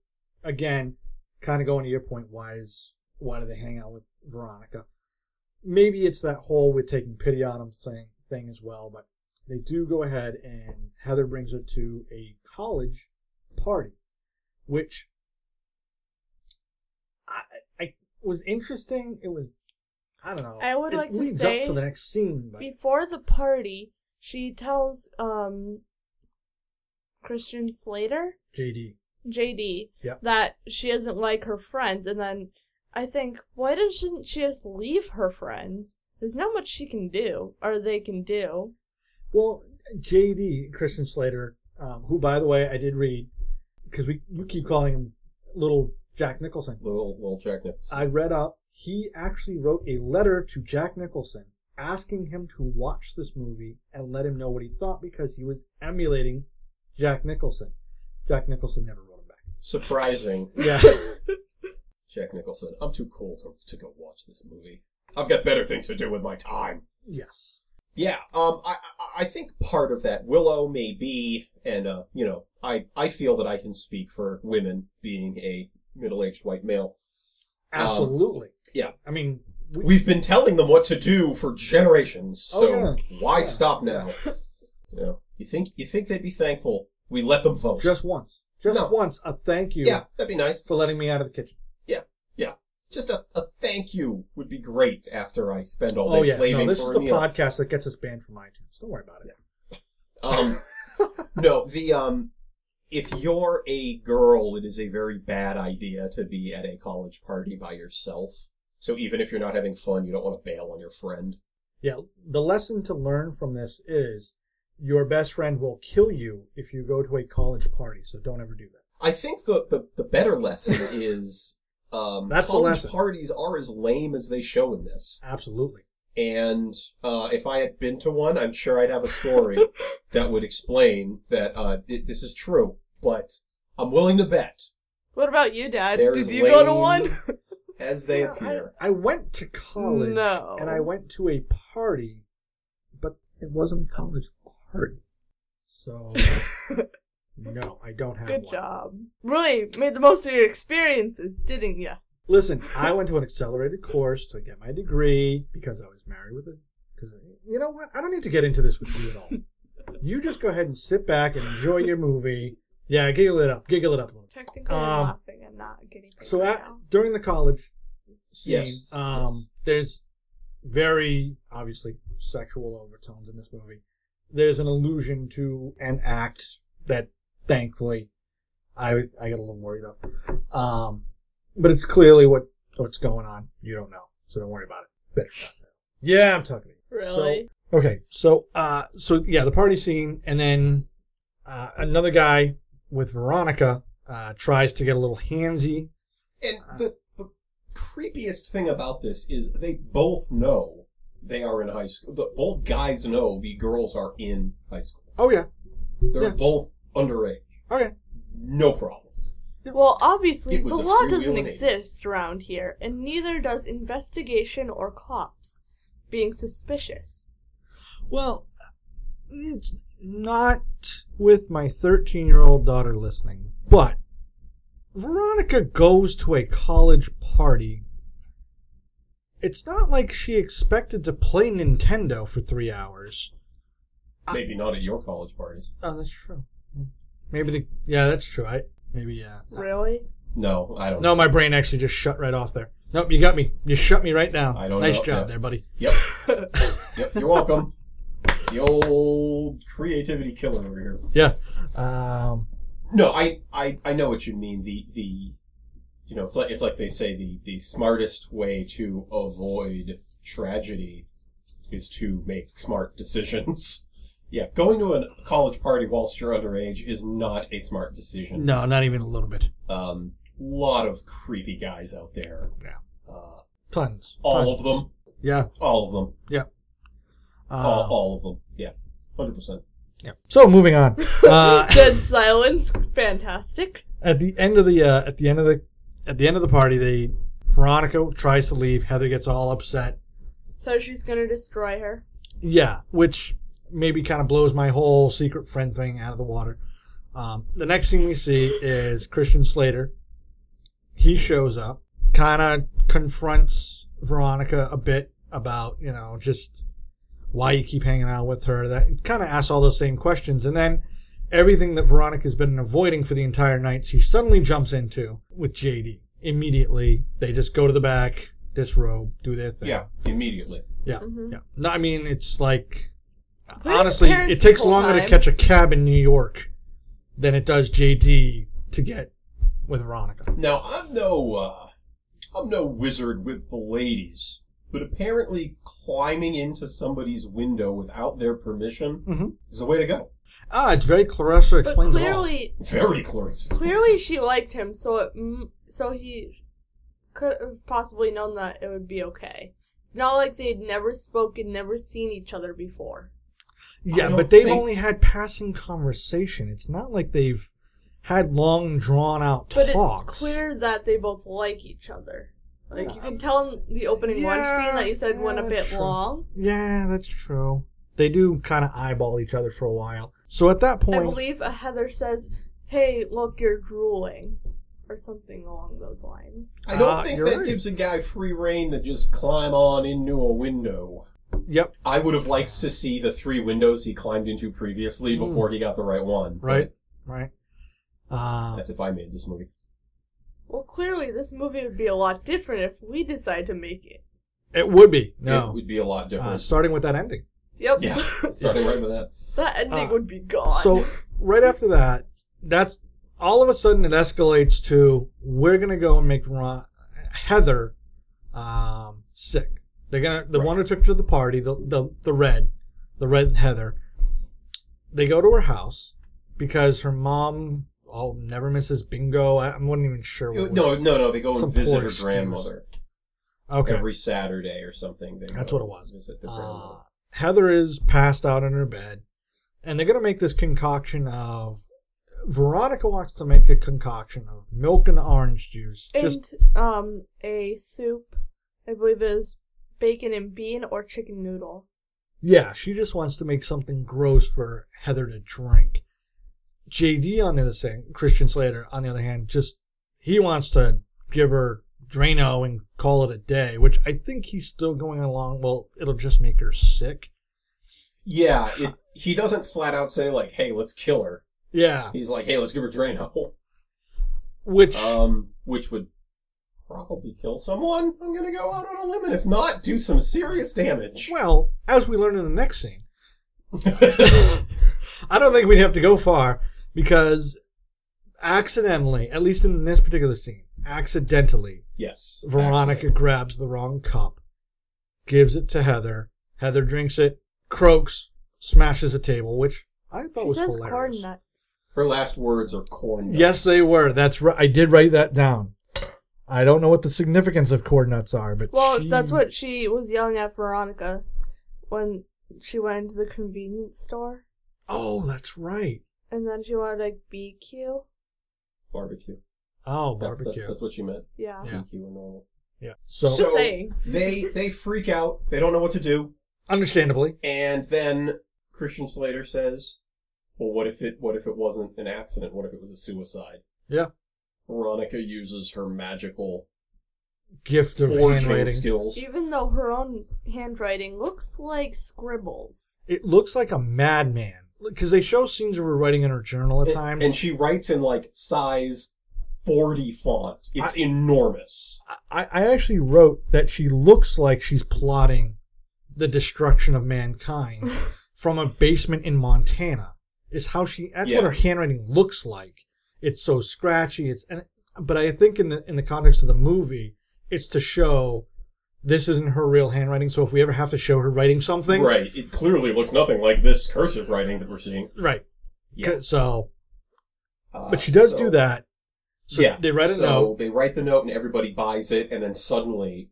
Speaker 5: again kind of going to your point. Why is why do they hang out with Veronica? Maybe it's that whole we're taking pity on them thing thing as well, but they do go ahead and Heather brings her to a college party which I, I was interesting. It was, I don't know.
Speaker 7: I would
Speaker 5: it
Speaker 7: like to
Speaker 5: leads
Speaker 7: say
Speaker 5: up to the next scene, but
Speaker 7: Before the party, she tells um Christian Slater,
Speaker 5: JD.
Speaker 7: JD,
Speaker 5: Yep.
Speaker 7: that she doesn't like her friends, and then I think why doesn't she just leave her friends? There's not much she can do or they can do.
Speaker 5: Well, JD Christian Slater, um, who by the way I did read because we you keep calling him little Jack Nicholson.
Speaker 6: little little Jack Nicholson.
Speaker 5: I read up. He actually wrote a letter to Jack Nicholson asking him to watch this movie and let him know what he thought because he was emulating Jack Nicholson. Jack Nicholson never wrote him back.
Speaker 6: Surprising.
Speaker 5: Yeah.
Speaker 6: Jack Nicholson. I'm too cool to, to go watch this movie. I've got better things to do with my time.
Speaker 5: yes.
Speaker 6: Yeah, um, I, I- I think part of that Willow may be, and uh, you know, I, I feel that I can speak for women being a middle-aged white male.
Speaker 5: Absolutely.
Speaker 6: Um, yeah.
Speaker 5: I mean, we,
Speaker 6: We've been telling them what to do for generations,
Speaker 5: Oh,
Speaker 6: so
Speaker 5: yeah.
Speaker 6: why
Speaker 5: Yeah.
Speaker 6: stop now? you know, you think you think they'd be thankful we let them vote?
Speaker 5: just once, just
Speaker 6: No.
Speaker 5: once, a thank you
Speaker 6: yeah, that'd be nice.
Speaker 5: for letting me out of the kitchen.
Speaker 6: Just a, a thank you would be great after I spend all day
Speaker 5: Oh yeah,
Speaker 6: slaving
Speaker 5: no, this
Speaker 6: for
Speaker 5: is
Speaker 6: a
Speaker 5: the
Speaker 6: meal.
Speaker 5: podcast that gets us banned from iTunes. Don't worry about it.
Speaker 6: Um, no, the um, if you're a girl, it is a very bad idea to be at a college party by yourself. So even if you're not having fun, you don't want to bail on your friend.
Speaker 5: Yeah, the lesson to learn from this is your best friend will kill you if you go to a college party, so don't ever do that.
Speaker 6: I think the the, the better lesson is um,
Speaker 5: That's the
Speaker 6: college
Speaker 5: lesson.
Speaker 6: parties are as lame as they show in this.
Speaker 5: Absolutely.
Speaker 6: And uh, if I had been to one, I'm sure I'd have a story that would explain that uh, th- this is true. But I'm willing to bet
Speaker 7: What about you, Dad?
Speaker 6: They're
Speaker 7: Did
Speaker 6: as
Speaker 7: you go to
Speaker 6: lame
Speaker 7: one?
Speaker 6: as they
Speaker 5: Yeah,
Speaker 6: appear.
Speaker 5: I, I went to college
Speaker 7: No.
Speaker 5: and I went to a party, but it wasn't a college party. So no, I don't have
Speaker 7: Good
Speaker 5: one.
Speaker 7: job. Really made the most of your experiences, didn't ya?
Speaker 5: Listen, I went to an accelerated course to get my degree because I was married with a. Because you know what, I don't need to get into this with you at all. you just go ahead and sit back and enjoy your movie. Yeah, giggle it up, giggle it up a little.
Speaker 7: Technically, I'm
Speaker 5: Um,
Speaker 7: laughing. I'm not getting. paid
Speaker 5: So
Speaker 7: right
Speaker 5: at,
Speaker 7: now.
Speaker 5: during the college scene,
Speaker 6: Yes, yes.
Speaker 5: um, there's very obviously sexual overtones in this movie. There's an allusion to an act that, thankfully, I I get a little worried about. Um, but it's clearly what what's going on. You don't know, so don't worry about it. Better not know. Yeah, I'm talking. to you. So-
Speaker 7: really?
Speaker 5: Okay, so uh, so yeah, the party scene, and then uh, another guy with Veronica uh, tries to get a little handsy.
Speaker 6: And
Speaker 5: Uh-huh.
Speaker 6: the, the creepiest thing about this is they both know they are in high school. The, both guys know the girls are in high school.
Speaker 5: Oh yeah,
Speaker 6: They're
Speaker 5: Yeah.
Speaker 6: both underage.
Speaker 5: okay,
Speaker 6: No problems.
Speaker 7: Well, obviously,
Speaker 6: It was
Speaker 7: the
Speaker 6: a
Speaker 7: law
Speaker 6: free
Speaker 7: doesn't
Speaker 6: will race.
Speaker 7: exist around here, and neither does investigation or cops being suspicious.
Speaker 5: well, it's not with my thirteen-year-old daughter listening, but Veronica goes to a college party. It's not like she expected to play Nintendo for three hours. Uh.
Speaker 6: Maybe not at your college parties.
Speaker 5: Oh, that's true. Maybe the yeah, that's true. I maybe yeah.
Speaker 7: Really?
Speaker 6: No, I don't.
Speaker 5: No, my brain actually just shut right off there. Nope, you got me. You shut me right down.
Speaker 6: I don't
Speaker 5: nice
Speaker 6: know.
Speaker 5: job
Speaker 6: Yeah.
Speaker 5: there, buddy.
Speaker 6: Yep. yep. You're welcome. The old creativity killer over here.
Speaker 5: Yeah. Um,
Speaker 6: No, I, I, I know what you mean. The the you know, it's like it's like they say the, the smartest way to avoid tragedy is to make smart decisions. yeah, going to a college party whilst you're underage is not a smart decision.
Speaker 5: no, not even a little bit.
Speaker 6: Um lot of creepy guys out there.
Speaker 5: Yeah.
Speaker 6: Uh,
Speaker 5: Tons.
Speaker 6: all
Speaker 5: Tons.
Speaker 6: of them.
Speaker 5: Yeah.
Speaker 6: All of them.
Speaker 5: Um,
Speaker 6: All, all of them. Yeah. Hundred percent.
Speaker 5: yeah. So moving on. Uh,
Speaker 7: Dead silence. Fantastic.
Speaker 5: at the end of the uh, at the end of the at the end of the party, they Veronica tries to leave. Heather gets all upset.
Speaker 7: So she's gonna destroy her.
Speaker 5: Yeah, which maybe kind of blows my whole secret friend thing out of the water. Um, the next thing we see is Christian Slater. He shows up, kind of confronts Veronica a bit about, you know, just why you keep hanging out with her. That kind of asks all those same questions. And then everything that Veronica's been avoiding for the entire night, she suddenly jumps into with JD. Immediately, they just go to the back, disrobe, do their thing.
Speaker 6: Yeah. Immediately.
Speaker 5: Yeah,
Speaker 7: Mhm.
Speaker 5: yeah. No, I mean it's like
Speaker 7: Where are
Speaker 5: honestly,
Speaker 7: the parents
Speaker 5: it takes
Speaker 7: this whole
Speaker 5: longer to
Speaker 7: time?
Speaker 5: catch a cab in New York than it does JD to get with Veronica.
Speaker 6: Now I'm no uh, I'm no wizard with the ladies, but apparently climbing into somebody's window without their permission
Speaker 5: Mhm.
Speaker 6: is the way to go.
Speaker 5: Ah, it's very Clarissa
Speaker 7: But
Speaker 5: explains it all.
Speaker 7: clearly,
Speaker 6: Very close.
Speaker 7: clearly she liked him, so it, m- so he could have possibly known that it would be okay. It's not like they'd never spoken, never seen each other before.
Speaker 5: Yeah,
Speaker 6: I don't
Speaker 5: but they've
Speaker 6: think-
Speaker 5: only had passing conversation. It's not like they've had long drawn out
Speaker 7: But
Speaker 5: talks.
Speaker 7: it's clear that they both like each other. Like you
Speaker 5: Yeah.
Speaker 7: can tell in the opening one
Speaker 5: Yeah,
Speaker 7: scene that you said went a
Speaker 5: yeah,
Speaker 7: bit
Speaker 5: true.
Speaker 7: long.
Speaker 5: Yeah, that's true. They do kind of eyeball each other for a while. So at that
Speaker 7: I
Speaker 5: point,
Speaker 7: believe uh, Heather says, "Hey, look, you're drooling," or something along those lines.
Speaker 6: I don't
Speaker 5: Ah,
Speaker 6: think
Speaker 5: you're
Speaker 6: that
Speaker 5: right.
Speaker 6: gives a guy free reign to just climb on into a window.
Speaker 5: yep,
Speaker 6: I would have liked to see the three windows he climbed into previously before he got the right one.
Speaker 5: Hmm. right, right. Uh,
Speaker 6: That's if I made this movie.
Speaker 7: Well, clearly this movie would be a lot different if we decide to make it.
Speaker 5: it would be
Speaker 6: It
Speaker 5: no,
Speaker 6: would be a lot
Speaker 5: uh,
Speaker 6: different.
Speaker 5: starting with that ending.
Speaker 7: Yep.
Speaker 6: yeah, starting right with that.
Speaker 7: that ending
Speaker 5: Uh,
Speaker 7: would be gone.
Speaker 5: So right after that, that's all of a sudden it escalates to we're gonna go and make Ron, Heather um, sick. They're gonna the one who took her to the party, the the the red, the red Heather. They go to her house because her mom. Oh, never misses bingo. I, I wasn't even sure what.
Speaker 6: It-
Speaker 5: was
Speaker 6: No, no, no. They go
Speaker 5: Some
Speaker 6: and visit
Speaker 5: poor
Speaker 6: her
Speaker 5: excuse.
Speaker 6: grandmother
Speaker 5: Okay.
Speaker 6: every Saturday or something. They
Speaker 5: That's
Speaker 6: go
Speaker 5: what it was.
Speaker 6: Visit the
Speaker 5: Uh,
Speaker 6: grandmother.
Speaker 5: Heather is passed out in her bed, and they're going to make this concoction of. Veronica wants to make a concoction of milk and orange juice.
Speaker 7: and
Speaker 5: Just
Speaker 7: um, a soup. I believe it was bacon and bean or chicken noodle.
Speaker 5: yeah, she just wants to make something gross for Heather to drink. JD on the other hand, Christian Slater on the other hand, just he wants to give her Drano and call it a day, which I think he's still going along. Well, it'll just make her sick.
Speaker 6: yeah, it, he doesn't flat out say like, "Hey, let's kill her."
Speaker 5: Yeah,
Speaker 6: He's like, "Hey, let's give her Drano,"
Speaker 5: which
Speaker 6: um, which would probably kill someone. I'm gonna go out on a limb, and if not, do some serious damage.
Speaker 5: Well, as we learn in the next scene, I don't think we'd have to go far because accidentally, at least in this particular scene, accidentally,
Speaker 6: yes,
Speaker 5: Veronica grabs the wrong cup, gives it to Heather. Heather drinks it, croaks, smashes a table, which I thought
Speaker 7: She
Speaker 5: was
Speaker 7: says corn
Speaker 5: hilarious.
Speaker 7: nuts.
Speaker 6: Her last words are corn. nuts.
Speaker 5: Yes, they were. That's right. I did write that down. I don't know what the significance of corn nuts are, but
Speaker 7: Well,
Speaker 5: she-
Speaker 7: that's what she was yelling at Veronica when she went into the convenience store,
Speaker 5: Oh, that's right.
Speaker 7: and then she wanted like BQ.
Speaker 6: barbecue.
Speaker 5: Oh,
Speaker 6: That's,
Speaker 5: barbecue.
Speaker 6: that's, that's what she meant.
Speaker 7: Yeah.
Speaker 5: Yeah.
Speaker 6: BQ and all.
Speaker 5: yeah. So,
Speaker 7: Just saying.
Speaker 6: they they freak out. They don't know what to do,
Speaker 5: understandably,
Speaker 6: and then Christian Slater says, "Well, what if it? What if it wasn't an accident? What if it was a suicide?"
Speaker 5: yeah.
Speaker 6: Veronica uses her magical
Speaker 5: gift of
Speaker 6: forging
Speaker 5: handwriting.
Speaker 6: skills.
Speaker 7: Even though her own handwriting looks like scribbles.
Speaker 5: It looks like a madman because they show scenes of her writing in her journal at
Speaker 6: And-
Speaker 5: times.
Speaker 6: And she writes in like size 40 font. It's enormous.
Speaker 5: I, I actually wrote that she looks like she's plotting the destruction of mankind from a basement in Montana. Is how she. That's what
Speaker 6: Yeah.
Speaker 5: her handwriting looks like. It's so scratchy. It's and but I think in the in the context of the movie, it's to show this isn't her real handwriting. So if we ever have to show her writing something,
Speaker 6: Right. It clearly looks nothing like this cursive writing that we're seeing.
Speaker 5: right.
Speaker 6: Yeah.
Speaker 5: So,
Speaker 6: Uh,
Speaker 5: but she does
Speaker 6: so-
Speaker 5: do that. So
Speaker 6: yeah.
Speaker 5: they write a
Speaker 6: so
Speaker 5: note.
Speaker 6: They write the note and everybody buys it, and then suddenly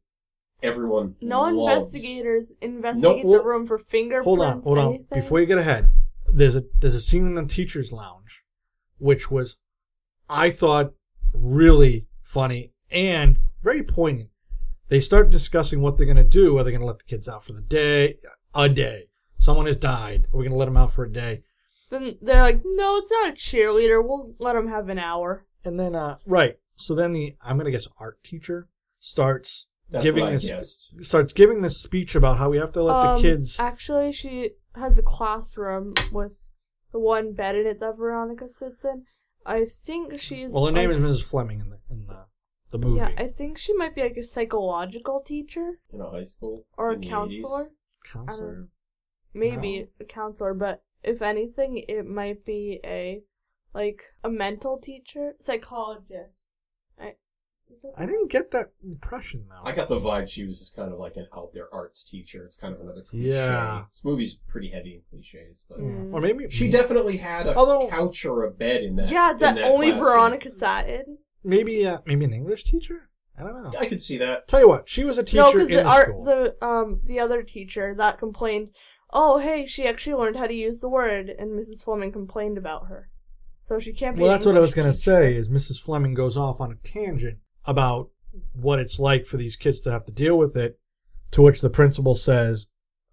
Speaker 6: everyone.
Speaker 7: No
Speaker 6: loves-
Speaker 7: investigators investigate
Speaker 6: Nope.
Speaker 5: Well,
Speaker 7: the room for fingerprints.
Speaker 5: hold on, hold on.
Speaker 7: anything.
Speaker 5: Before you get ahead, there's a there's a scene in the teachers' lounge, which was, I thought, really funny and very poignant. They start discussing what they're gonna do. Are they gonna let the kids out for the day? A day. Someone has died. Are we gonna let them out for a day?
Speaker 7: Then they're like, no, it's not a cheerleader. We'll let them have an hour.
Speaker 5: And then, uh, right. So then the I'm gonna guess art teacher starts
Speaker 6: That's
Speaker 5: giving
Speaker 6: what I
Speaker 5: this
Speaker 6: guessed.
Speaker 5: starts giving this speech about how we have to let the
Speaker 7: Um,
Speaker 5: kids.
Speaker 7: Actually, she has a classroom with the one bed in it that Veronica sits in. I think she's.
Speaker 5: Well, her name
Speaker 7: a-
Speaker 5: is Mrs. Fleming in the in the, the movie.
Speaker 7: Yeah, I think she might be like a psychological teacher
Speaker 6: In a high school.
Speaker 7: or a
Speaker 6: in the 80s.
Speaker 7: counselor.
Speaker 5: Counselor.
Speaker 7: Um, maybe a counselor, but if anything, it might be a like a mental teacher, psychologist. I, is it-
Speaker 5: I didn't get that impression though.
Speaker 6: I got the vibe she was just kind of like an out there arts teacher. It's kind of another cliche.
Speaker 5: Yeah.
Speaker 6: This movie's pretty heavy in cliches, but.
Speaker 7: Mm.
Speaker 5: Yeah. Or maybe
Speaker 6: She definitely had a
Speaker 5: Although-
Speaker 6: couch or a bed in that.
Speaker 7: yeah,
Speaker 6: in
Speaker 7: that, only
Speaker 6: classroom.
Speaker 7: Veronica sat in.
Speaker 5: maybe uh, maybe an English teacher. I don't know.
Speaker 6: I could see that.
Speaker 5: Tell you what, she was a teacher
Speaker 7: no,
Speaker 5: in
Speaker 7: because
Speaker 5: the,
Speaker 7: the art,
Speaker 5: school.
Speaker 7: the um, the other teacher that complained. Oh, hey, she actually learned how to use the word, and Mrs. Fleming complained about her. So she can't be.
Speaker 5: Well,
Speaker 7: an
Speaker 5: that's what I was
Speaker 7: English
Speaker 5: going to
Speaker 7: teacher.
Speaker 5: say is Mrs. Fleming goes off on a tangent about what it's like for these kids to have to deal with it, to which the principal says,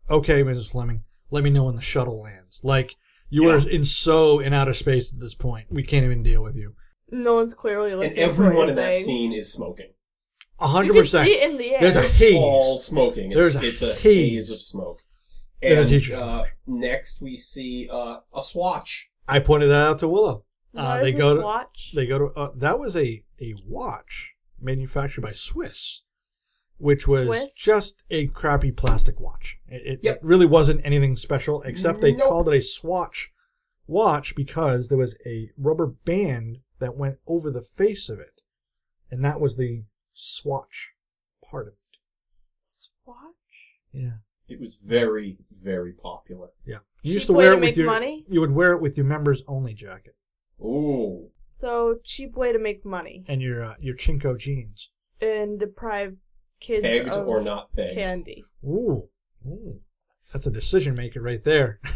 Speaker 5: "Okay, Mrs. Fleming, let me know when the shuttle lands." Like you are in so in outer space at this point, we can't even deal with you.
Speaker 7: No one's clearly
Speaker 6: And
Speaker 7: listening. to what
Speaker 6: everyone
Speaker 7: you're
Speaker 6: in that
Speaker 7: saying.
Speaker 6: scene is smoking.
Speaker 5: A
Speaker 7: You
Speaker 5: hundred
Speaker 7: can see
Speaker 5: percent. uh,
Speaker 7: it in the air.
Speaker 5: There's a
Speaker 6: All
Speaker 5: haze.
Speaker 6: smoking.
Speaker 5: There's
Speaker 6: It's,
Speaker 5: a
Speaker 6: it's
Speaker 5: haze.
Speaker 6: a haze of smoke.
Speaker 5: In a
Speaker 6: And
Speaker 5: teacher's
Speaker 6: uh,
Speaker 5: lounge.
Speaker 6: next we see uh, a swatch.
Speaker 5: I pointed that out to Willow. Uh,
Speaker 7: What
Speaker 5: they
Speaker 7: is
Speaker 5: go
Speaker 7: this
Speaker 5: to
Speaker 7: watch?
Speaker 5: they go to uh, that was a a watch manufactured by Swiss, which was
Speaker 7: Swiss?
Speaker 5: just a crappy plastic watch. It, it,
Speaker 6: Yep.
Speaker 5: it really wasn't anything special except they
Speaker 6: Nope.
Speaker 5: called it a swatch watch because there was a rubber band that went over the face of it, and that was the swatch part of it.
Speaker 7: Swatch?
Speaker 5: Yeah,
Speaker 6: It was very, very popular.
Speaker 5: yeah.
Speaker 7: Cheap
Speaker 5: You used to
Speaker 7: way
Speaker 5: wear
Speaker 7: to
Speaker 5: it with
Speaker 7: make
Speaker 5: your
Speaker 7: money?
Speaker 5: you would wear it with your members only jacket
Speaker 6: Ooh.
Speaker 7: So cheap way to make money
Speaker 5: and your uh, your chinko jeans.
Speaker 7: and deprive kids
Speaker 6: Pegged
Speaker 7: of
Speaker 6: or not pegged.
Speaker 7: candy.
Speaker 5: Ooh, ooh, that's a decision maker right there.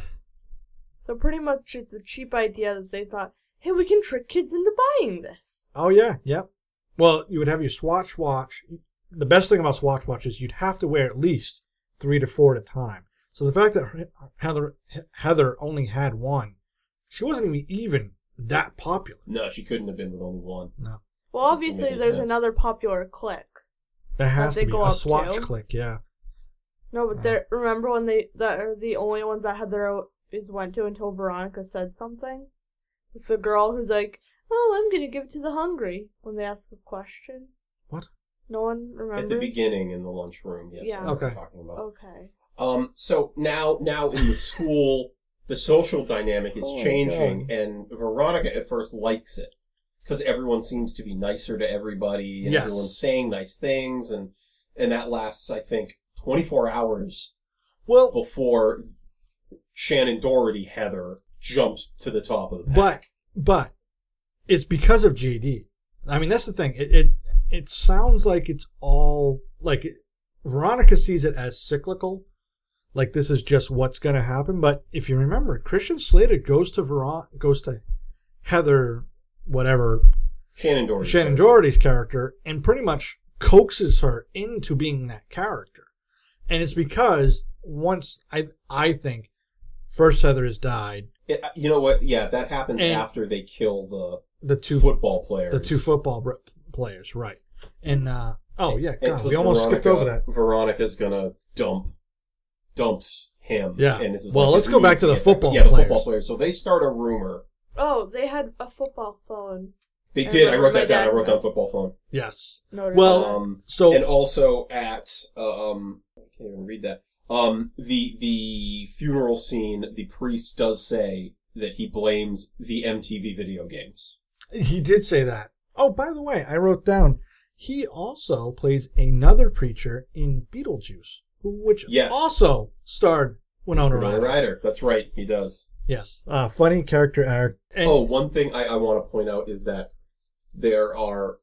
Speaker 7: So pretty much it's a cheap idea that they thought, hey, we can trick kids into buying this.
Speaker 5: Oh yeah, yeah. Well, you would have your Swatch watch. The best thing about Swatch watch is you'd have to wear at least three to four at a time. So the fact that Heather Heather only had one, she wasn't even even that popular.
Speaker 6: No, she couldn't have been with only one.
Speaker 5: No,
Speaker 7: Well,
Speaker 6: Doesn't
Speaker 7: obviously
Speaker 6: make any
Speaker 7: there's
Speaker 6: sense.
Speaker 7: another popular clique.
Speaker 5: that has
Speaker 7: they
Speaker 5: to be
Speaker 7: go
Speaker 5: a
Speaker 7: up
Speaker 5: Swatch
Speaker 7: too?
Speaker 5: click. Yeah,
Speaker 7: No, but they remember when they that are the only ones that Heather is went to until Veronica said something with the girl who's like, "Oh, I'm gonna give it to the hungry" when they ask a question.
Speaker 5: What?
Speaker 7: No one remembers.
Speaker 6: At the beginning in the lunchroom, yes.
Speaker 7: Yeah. Oh,
Speaker 6: I know what you're
Speaker 5: Okay.
Speaker 6: Talking about.
Speaker 7: Okay.
Speaker 6: Um, so now, now in the school, the social dynamic is
Speaker 5: Oh,
Speaker 6: changing,
Speaker 5: God.
Speaker 6: and Veronica at first likes it because everyone seems to be nicer to everybody, and
Speaker 5: Yes.
Speaker 6: everyone's saying nice things, and and that lasts, I think, twenty four hours
Speaker 5: well,
Speaker 6: before Shannon Doherty Heather jumps to the top of the
Speaker 5: but
Speaker 6: pack.
Speaker 5: but it's because of JD. I mean, that's the thing. It it, it sounds like it's all like Veronica sees it as cyclical, like this is just what's going to happen. But if you remember, Christian Slater goes to Veron goes to Heather, whatever
Speaker 6: Shannon Doherty.
Speaker 5: Shannon Doherty's character, and pretty much coaxes her into being that character. And it's because once I I think first Heather has died,
Speaker 6: It- you know what? Yeah, that happens
Speaker 5: And-
Speaker 6: after they kill the
Speaker 5: the two
Speaker 6: football players.
Speaker 5: the two football br- players, right? And uh, oh yeah,
Speaker 6: And
Speaker 5: God,
Speaker 6: 'cause
Speaker 5: we almost
Speaker 6: Veronica-
Speaker 5: skipped over that.
Speaker 6: Veronica's gonna dump, dumps him.
Speaker 5: Yeah.
Speaker 6: And this is
Speaker 5: Well,
Speaker 6: like
Speaker 5: let's
Speaker 6: his
Speaker 5: go
Speaker 6: move
Speaker 5: back to the
Speaker 6: get
Speaker 5: football
Speaker 6: Yeah, the
Speaker 5: players.
Speaker 6: football players. So they start a rumor.
Speaker 7: Oh, they had a football phone.
Speaker 6: They
Speaker 7: I
Speaker 6: did. I
Speaker 7: wrote-
Speaker 6: wrote
Speaker 7: my
Speaker 6: that down.
Speaker 7: dad
Speaker 6: I wrote
Speaker 7: wrote.
Speaker 6: down football phone.
Speaker 5: Yes.
Speaker 7: Notice
Speaker 5: Well,
Speaker 7: that.
Speaker 6: Um,
Speaker 5: so-
Speaker 6: and also at um, I can't even read that. Um, the the funeral scene. The priest does say that he blames the MTV video games.
Speaker 5: He did say that. Oh, by the way, I wrote down he also plays another preacher in Beetlejuice, who- which
Speaker 6: Yes.
Speaker 5: also starred Winona
Speaker 6: Winona
Speaker 5: Ryder.
Speaker 6: Ryder. That's right. He does.
Speaker 5: Yes. Uh, funny character act. And
Speaker 6: oh, one thing I, I want to point out is that there are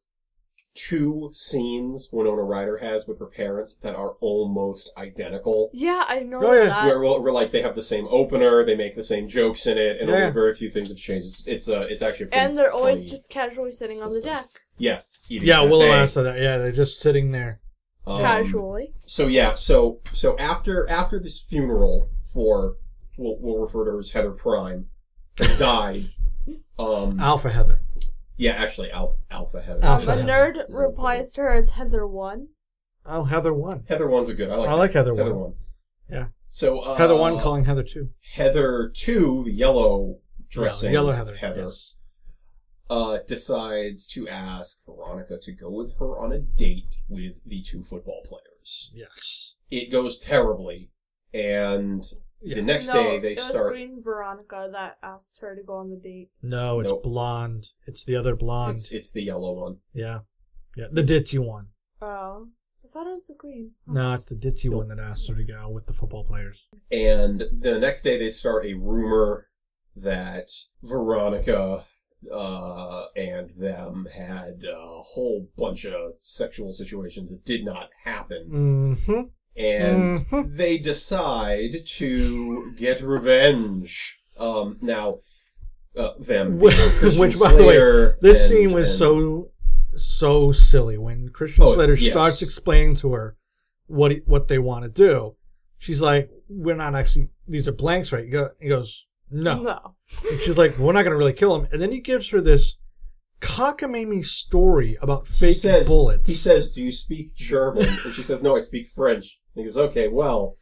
Speaker 6: two scenes Winona Ryder has with her parents that are almost identical.
Speaker 7: yeah, I know
Speaker 5: Oh, yeah.
Speaker 7: that.
Speaker 6: where, where, where, like they have the same opener, they make the same jokes in it, and
Speaker 5: Yeah.
Speaker 6: only very few things have changed. It's it's, uh, it's actually a pretty
Speaker 7: and they're always
Speaker 6: funny-
Speaker 7: just casually sitting on the
Speaker 6: system.
Speaker 7: deck.
Speaker 6: yes, eating
Speaker 5: yeah, Willow
Speaker 6: satay.
Speaker 5: asked that. Yeah, they're just sitting there.
Speaker 6: Um,
Speaker 7: Casually.
Speaker 6: So yeah, so so after after this funeral for we'll, we'll refer to her as Heather Prime has died. Um,
Speaker 5: Alpha Heather.
Speaker 6: yeah, actually, Alpha, Alpha Heather.
Speaker 7: Um,
Speaker 5: Alpha
Speaker 7: a
Speaker 5: Heather.
Speaker 7: nerd replies to her as Heather One.
Speaker 5: Oh, Heather one.
Speaker 6: Heather one's a good. I like.
Speaker 5: I like Heather
Speaker 6: Heather
Speaker 5: one.
Speaker 6: one.
Speaker 5: Yeah.
Speaker 6: So uh,
Speaker 5: Heather one calling Heather two.
Speaker 6: Heather two, the yellow
Speaker 5: Yeah,
Speaker 6: dressing,
Speaker 5: Yellow Heather.
Speaker 6: Heather
Speaker 5: yes.
Speaker 6: uh, decides to ask Veronica to go with her on a date with the two football players.
Speaker 5: Yes.
Speaker 6: It goes terribly, and
Speaker 5: Yeah.
Speaker 6: the next
Speaker 7: no,
Speaker 6: day they
Speaker 7: it was
Speaker 6: start.
Speaker 7: Green Veronica that asked her to go on the date.
Speaker 5: No, it's
Speaker 6: Nope.
Speaker 5: blonde. It's the other blonde.
Speaker 6: It's, it's the yellow one.
Speaker 5: Yeah. Yeah. The ditzy one.
Speaker 7: Oh, I thought it was the green.
Speaker 5: No, it's the ditzy one that asked her to go with the football players.
Speaker 6: And the next day they start a rumor that Veronica uh, and them had a whole bunch of sexual situations that did not happen.
Speaker 5: Mm-hmm.
Speaker 6: and
Speaker 5: Mhm.
Speaker 6: they decide to get revenge. Um, now, uh, them.
Speaker 5: Which,
Speaker 6: being Christian
Speaker 5: by the way,
Speaker 6: Slater
Speaker 5: this
Speaker 6: and-
Speaker 5: scene was
Speaker 6: and-
Speaker 5: so so silly when Christian
Speaker 6: Oh,
Speaker 5: Slater
Speaker 6: yes.
Speaker 5: starts explaining to her what he, what they want to do. She's like, "We're not actually; these are blanks, right?" He go- he goes, "No."
Speaker 7: No.
Speaker 5: And she's like, "We're not going to really kill him." And then he gives her this cockamamie story about
Speaker 6: He
Speaker 5: fake
Speaker 6: says,
Speaker 5: bullets.
Speaker 6: He says, "Do you speak German?" And she says, "No, I speak French." And he goes, "Okay, well,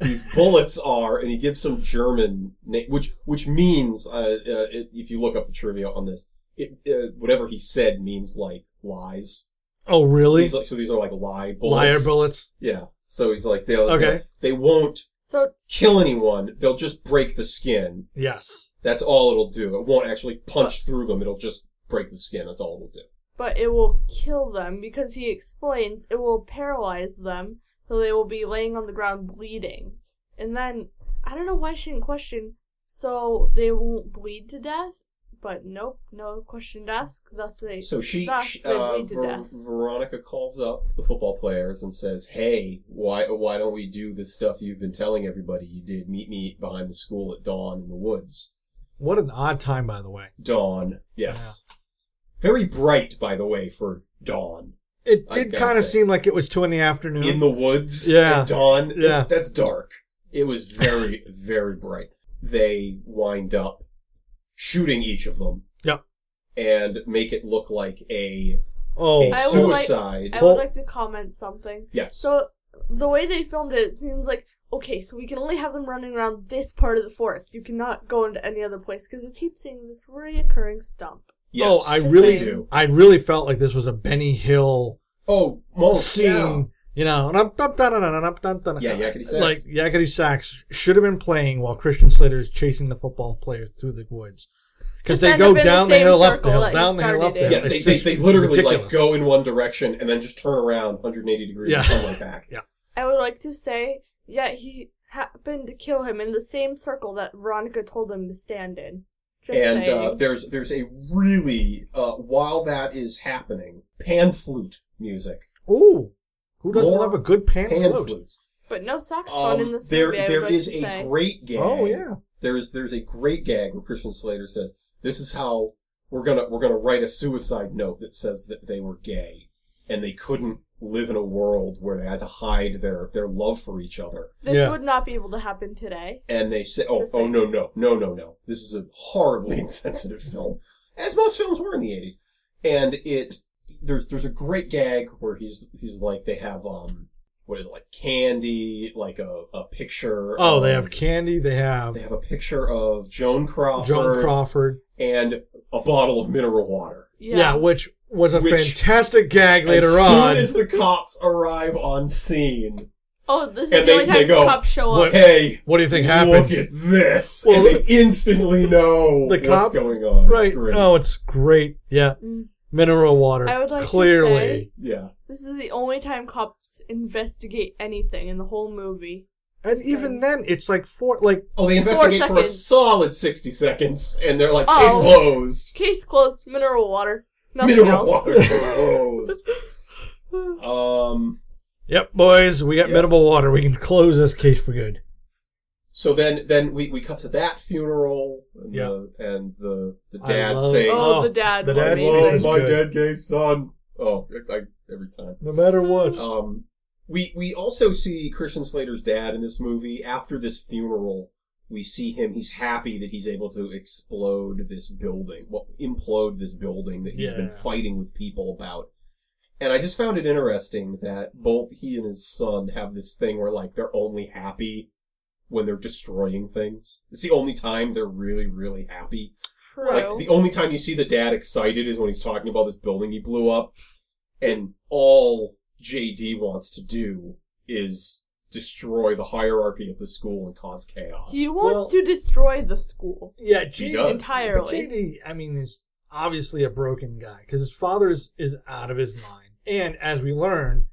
Speaker 6: these bullets are," and he gives some German name, which which means, uh, uh, it, if you look up the trivia on this, it, uh, whatever he said means like lies.
Speaker 5: "Oh, really?
Speaker 6: These, like, so these are like lie
Speaker 5: Liar
Speaker 6: bullets.
Speaker 5: bullets."
Speaker 6: Yeah. So he's like, they'll,
Speaker 5: Okay.
Speaker 6: they won't
Speaker 7: So
Speaker 6: kill anyone. They'll just break the skin.
Speaker 5: Yes.
Speaker 6: That's all it'll do. It won't actually punch through them. It'll just break the skin. That's all it'll do.
Speaker 7: but it will kill them because he explains it will paralyze them so they will be laying on the ground bleeding. And then I don't know why she didn't question so they won't bleed to death, but nope, no question asked. That's they
Speaker 6: So she,
Speaker 7: thus
Speaker 6: she-
Speaker 7: they
Speaker 6: uh,
Speaker 7: bleed to
Speaker 6: Ver-
Speaker 7: death.
Speaker 6: Veronica calls up the football players and says, "Hey, why why don't we do this stuff you've been telling everybody you did? Meet me behind the school at dawn in the woods.
Speaker 5: What an odd time, by the way.
Speaker 6: Dawn, yes, very bright, by the way, for dawn
Speaker 5: It
Speaker 6: I
Speaker 5: did
Speaker 6: gotta
Speaker 5: kind of
Speaker 6: say.
Speaker 5: seem like it was two in the afternoon.
Speaker 6: in the woods
Speaker 5: Yeah.
Speaker 6: at dawn.
Speaker 5: Yeah.
Speaker 6: That's, that's dark. It was very very bright. They wind up shooting each of them.
Speaker 5: Yep.
Speaker 6: And make it look like a,
Speaker 5: oh,
Speaker 6: a
Speaker 7: I will, like-
Speaker 6: suicide.
Speaker 7: I
Speaker 5: Well-
Speaker 7: would like to comment something.
Speaker 6: yes.
Speaker 7: So the way they filmed it, it seems like okay, so we can only have them running around this part of the forest. You cannot go into any other place because you keep seeing this reoccurring stump.
Speaker 6: Yes,
Speaker 5: oh, I
Speaker 6: they
Speaker 5: really
Speaker 6: do.
Speaker 5: I really felt like this was a Benny Hill
Speaker 6: Oh, well,
Speaker 5: scene.
Speaker 6: yeah.
Speaker 5: You know, and I'm, dun- dun- dun- dun- dun- dun- dun-
Speaker 6: Yeah, Yakety Sax.
Speaker 5: Like Yakety Sax should have been playing while Christian Slater is chasing the football player through the woods because
Speaker 7: Just
Speaker 5: they
Speaker 7: end
Speaker 5: go
Speaker 7: up in the
Speaker 5: down the,
Speaker 7: same
Speaker 5: hill, up the
Speaker 7: circle
Speaker 5: hill,
Speaker 7: that you
Speaker 5: down the hill, up
Speaker 7: started
Speaker 5: the hill.
Speaker 7: in.
Speaker 6: Yeah, they,
Speaker 5: It's
Speaker 6: they,
Speaker 5: just
Speaker 6: they literally like
Speaker 5: ridiculous.
Speaker 6: go in one direction and then just turn around 180 degrees
Speaker 5: Yeah.
Speaker 6: and come right back.
Speaker 5: Yeah.
Speaker 7: I would like to say, yeah, he happened to kill him in the same circle that Veronica told him to stand in. Just
Speaker 6: And
Speaker 7: saying.
Speaker 6: uh, there's there's a really uh, while that is happening, pan flute music.
Speaker 5: Ooh, who doesn't
Speaker 6: More
Speaker 5: love a good pan,
Speaker 6: Pan
Speaker 5: flute?
Speaker 6: flute.
Speaker 7: but no saxophone
Speaker 6: Um,
Speaker 7: in this
Speaker 6: there
Speaker 7: movie. I would
Speaker 6: there
Speaker 7: like
Speaker 6: is
Speaker 7: to
Speaker 6: a
Speaker 7: say.
Speaker 6: great gag.
Speaker 5: Oh yeah,
Speaker 6: There is there's a great gag where Christian Slater says, "This is how we're gonna we're gonna write a suicide note that says that they were gay and they couldn't live in a world where they had to hide their their love for each other."
Speaker 7: this
Speaker 5: Yeah.
Speaker 7: would not be able to happen today.
Speaker 6: and they say, "Oh,
Speaker 7: Just
Speaker 6: oh
Speaker 7: like-
Speaker 6: no, no, no, no, no! This is a horribly insensitive film, as most films were in the '80s." And it there's there's a great gag where he's he's like they have um what is it like candy like a, a picture
Speaker 5: oh they
Speaker 6: of-
Speaker 5: have candy, they have
Speaker 6: they have a picture of Joan Crawford
Speaker 5: Joan Crawford,
Speaker 6: and a bottle of mineral water.
Speaker 5: yeah. which was a
Speaker 6: Which-
Speaker 5: fantastic gag later
Speaker 6: as
Speaker 5: on.
Speaker 6: soon as the cops arrive on scene,
Speaker 7: Oh, this is
Speaker 6: And
Speaker 7: the
Speaker 6: they-
Speaker 7: only
Speaker 6: they
Speaker 7: time
Speaker 6: go,
Speaker 7: cops show up.
Speaker 5: What-
Speaker 6: hey.
Speaker 5: what do you think
Speaker 6: Look
Speaker 5: happened?
Speaker 6: at this!
Speaker 5: Well,
Speaker 6: and they instantly know
Speaker 5: the
Speaker 6: what's
Speaker 5: cop-
Speaker 6: going on. It's
Speaker 5: Right?
Speaker 6: great.
Speaker 5: Oh, it's great. Yeah,
Speaker 7: Mm.
Speaker 5: mineral water.
Speaker 7: I would like to
Speaker 5: clearly.
Speaker 7: say-
Speaker 6: Yeah.
Speaker 7: This is the only time cops investigate anything in the whole movie.
Speaker 5: And
Speaker 7: So-
Speaker 5: even then, it's like four, like,
Speaker 6: Oh, they investigate for a
Speaker 7: seconds.
Speaker 6: solid 60 seconds, and they're like,
Speaker 7: Oh.
Speaker 6: case closed.
Speaker 7: Case closed. Mineral water. Nothing
Speaker 6: Mineral
Speaker 7: else.
Speaker 6: water closed. um,
Speaker 5: yep, boys, we got
Speaker 6: Yep.
Speaker 5: minimal water. We can close this case for good.
Speaker 6: so then, then we, we cut to that funeral, and,
Speaker 5: Yeah.
Speaker 6: the, and the, the
Speaker 5: I
Speaker 6: dad
Speaker 5: love-
Speaker 6: saying,
Speaker 7: Oh, the dad
Speaker 5: The
Speaker 7: one
Speaker 5: dad
Speaker 7: made
Speaker 5: scene
Speaker 7: it.
Speaker 5: is
Speaker 6: my
Speaker 5: good.
Speaker 6: dead gay son. Oh, I, I, every time.
Speaker 5: No matter
Speaker 7: Mm.
Speaker 5: what.
Speaker 6: Um, we, we also see Christian Slater's dad in this movie. After this funeral, we see him. He's happy that he's able to explode this building, well, implode this building that he's been
Speaker 5: Yeah.
Speaker 6: fighting with people about. And I just found it interesting that both he and his son have this thing where, like, they're only happy when they're destroying things. It's the only time they're really, really happy.
Speaker 7: True.
Speaker 6: Like the only time you see the dad excited is when he's talking about this building he blew up, and all JD wants to do is destroy the hierarchy of the school and cause chaos.
Speaker 7: he wants
Speaker 5: Well-
Speaker 7: to destroy the school.
Speaker 5: Yeah,
Speaker 6: He
Speaker 5: JD,
Speaker 6: does.
Speaker 5: but
Speaker 7: entirely.
Speaker 5: JD, I mean, is obviously a broken guy because his father is, is out of his mind. And as we learn,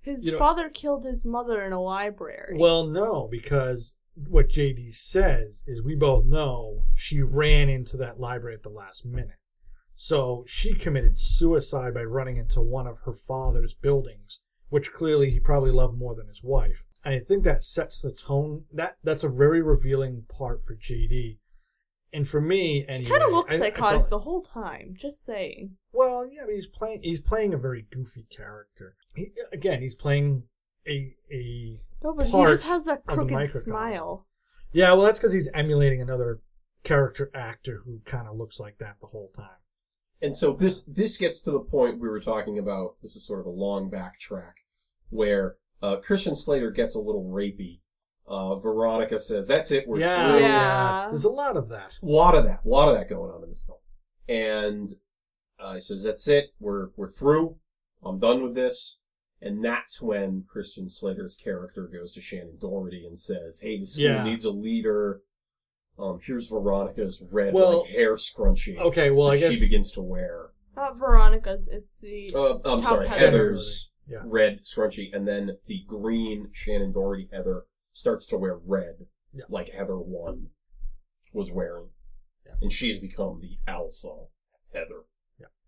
Speaker 7: His
Speaker 5: You know-
Speaker 7: father killed his mother in a library.
Speaker 5: well, no, because what JD says is we both know she ran into that library at the last minute. So she committed suicide by running into one of her father's buildings, which clearly he probably loved more than his wife. I think that sets the tone. That that's a very revealing part for JD, And for me, anyway,
Speaker 7: Kind of looks
Speaker 5: I- I
Speaker 7: psychotic
Speaker 5: felt-
Speaker 7: the whole time. Just saying.
Speaker 5: Well, yeah, but he's playing he's playing a very goofy character. He, again, he's playing a a
Speaker 7: No, but
Speaker 5: Part
Speaker 7: he just has that
Speaker 5: of the
Speaker 7: crooked
Speaker 5: microcosm.
Speaker 7: smile.
Speaker 5: yeah. Well, that's because he's emulating another character actor who kind of looks like that the whole time.
Speaker 6: And so this this gets to the point we were talking about. This is sort of a long backtrack where uh, Christian Slater gets a little rapey. Uh, Veronica says, "That's it. We're
Speaker 5: yeah,
Speaker 6: through."
Speaker 7: Yeah.
Speaker 5: There's a lot of that.
Speaker 6: A lot of that, a lot of that going on in this film. And uh, he says, "That's it. We're we're through. I'm done with this." And that's when Christian Slater's character goes to Shannon Doherty and says, "Hey, the school
Speaker 5: Yeah.
Speaker 6: needs a leader. Um, here's Veronica's red
Speaker 5: Well,
Speaker 6: like hair scrunchie.
Speaker 5: Okay, well,
Speaker 6: that
Speaker 5: I guess
Speaker 6: she begins to wear.
Speaker 7: Not Veronica's. It's the.
Speaker 6: Uh, I'm
Speaker 7: Top
Speaker 6: sorry,
Speaker 7: Heather.
Speaker 6: Heather's
Speaker 5: Yeah.
Speaker 6: red scrunchie, and then the green Shannon Doherty Heather starts to wear red,
Speaker 5: Yeah.
Speaker 6: like Heather One was wearing,
Speaker 5: Yeah.
Speaker 6: and she's become the alpha Heather.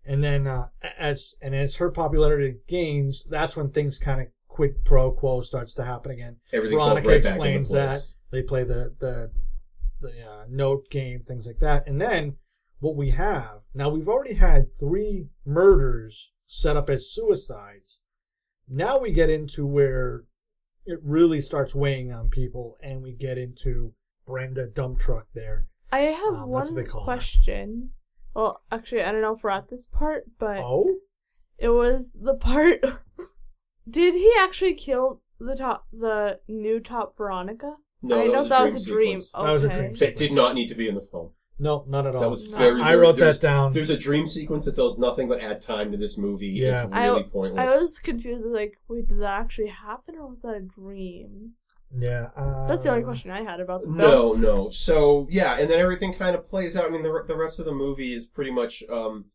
Speaker 5: And then uh, as and as her popularity gains, that's when things kind of quid pro quo starts to happen again.
Speaker 6: Everything falls
Speaker 5: Veronica
Speaker 6: right back into
Speaker 5: explains that
Speaker 6: place.
Speaker 5: they play the the the uh, note game, things like that, and then what we have now we've already had three murders set up as suicides. Now we get into where it really starts weighing on people, and we get into Brenda dump truck there.
Speaker 7: I have
Speaker 5: Um, that's what
Speaker 7: one
Speaker 5: they call it.
Speaker 7: question. Well, actually, I don't know if we're at this part, but
Speaker 5: Oh,
Speaker 7: it was the part. Did he actually kill the top, the new top Veronica?
Speaker 6: No,
Speaker 7: I
Speaker 6: that
Speaker 7: know
Speaker 6: was a
Speaker 7: that
Speaker 6: dream
Speaker 7: was a dream.
Speaker 6: sequence.
Speaker 7: Okay.
Speaker 5: That was a dream.
Speaker 6: That did not need to be in the film.
Speaker 5: no, not at all.
Speaker 6: That was
Speaker 7: No.
Speaker 6: very.
Speaker 5: I
Speaker 6: very-
Speaker 5: wrote that
Speaker 6: there's-
Speaker 5: down.
Speaker 6: There's a dream sequence that does nothing but add time to this movie.
Speaker 5: Yeah.
Speaker 6: It's
Speaker 7: I-
Speaker 6: really pointless.
Speaker 7: I was confused. I was like, wait, did that actually happen, or was that a dream?
Speaker 5: yeah. Um,
Speaker 7: That's the only question I had about the film.
Speaker 6: No, no. So yeah, and then everything kind of plays out. I mean, the the rest of the movie is pretty much um,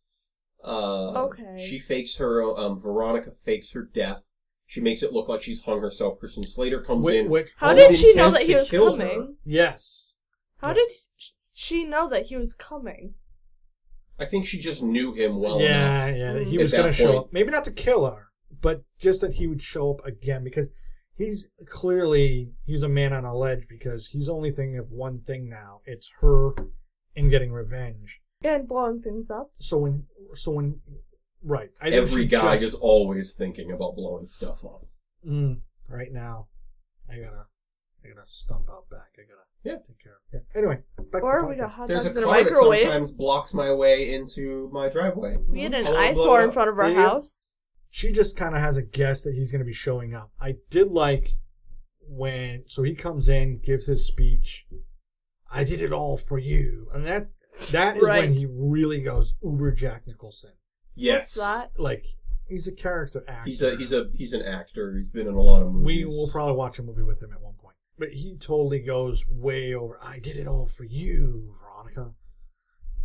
Speaker 6: uh,
Speaker 7: Okay.
Speaker 6: She fakes her um, Veronica fakes her death. She makes it look like she's hung herself. Kristen Slater comes
Speaker 5: Which,
Speaker 6: in.
Speaker 5: which,
Speaker 7: How
Speaker 6: Well,
Speaker 7: did
Speaker 6: he
Speaker 7: she know
Speaker 6: intends
Speaker 7: that
Speaker 6: to
Speaker 7: he was
Speaker 6: kill her.
Speaker 7: coming?
Speaker 5: yes.
Speaker 7: How did sh- she know that he was coming?
Speaker 6: I think she just knew him well
Speaker 5: yeah,
Speaker 6: enough.
Speaker 5: yeah. that He
Speaker 6: At
Speaker 5: was
Speaker 6: that
Speaker 5: going to show
Speaker 6: point-
Speaker 5: up. Maybe not to kill her, but just that he would show up again because he's clearly he's a man on a ledge because he's only thinking of one thing now. It's her and getting revenge.
Speaker 7: And blowing things up.
Speaker 5: So when so when right, I think
Speaker 6: Every
Speaker 5: she
Speaker 6: guy
Speaker 5: just-
Speaker 6: is always thinking about blowing stuff up.
Speaker 5: mm, right now. I gotta I gotta stump out back. I gotta
Speaker 6: Yeah.
Speaker 5: take care of. Yeah. Anyway, back
Speaker 7: Or
Speaker 5: to
Speaker 7: we
Speaker 5: the
Speaker 7: got
Speaker 5: podcast.
Speaker 7: hot
Speaker 6: There's
Speaker 7: dogs
Speaker 6: a
Speaker 7: in a
Speaker 6: car that
Speaker 7: microwave.
Speaker 6: sometimes blocks my way into my driveway.
Speaker 7: We had an
Speaker 6: I wanna blow
Speaker 7: eyesore
Speaker 6: it
Speaker 7: in
Speaker 6: up.
Speaker 7: front of our
Speaker 5: Yeah.
Speaker 7: house.
Speaker 5: she just kind of has a guess that he's going to be showing up. I did like when so he comes in, gives his speech. I did it all for you, and that that is
Speaker 7: Right.
Speaker 5: when he really goes uber Jack Nicholson.
Speaker 6: Yes,
Speaker 7: What's
Speaker 5: Like he's a character actor.
Speaker 6: he's a he's a he's an actor. He's been in a lot of
Speaker 5: We
Speaker 6: movies.
Speaker 5: will probably watch a movie with him at one point, but he totally goes way over. I did it all for you, Veronica,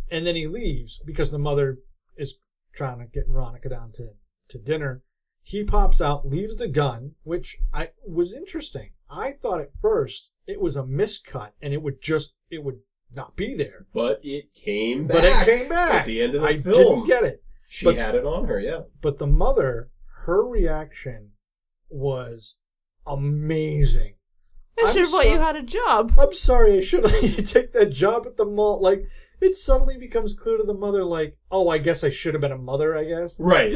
Speaker 5: and then he leaves because the mother is trying to get Veronica down to to dinner. He pops out, leaves the gun, which I was interesting. I thought at first it was a miscut and it would just it would not be there,
Speaker 6: But it came back.
Speaker 5: but it came back
Speaker 6: At the end of the
Speaker 5: I
Speaker 6: film.
Speaker 5: didn't get it.
Speaker 6: She
Speaker 5: but-
Speaker 6: had it on her, yeah.
Speaker 5: But the mother, her reaction was amazing.
Speaker 7: I
Speaker 5: I'm
Speaker 7: should have thought
Speaker 5: so-
Speaker 7: you had a job.
Speaker 5: I'm sorry, I should have let you take that job at the mall. Like, it suddenly becomes clear to the mother, like, oh, I guess I should have been a mother, I guess.
Speaker 6: Right.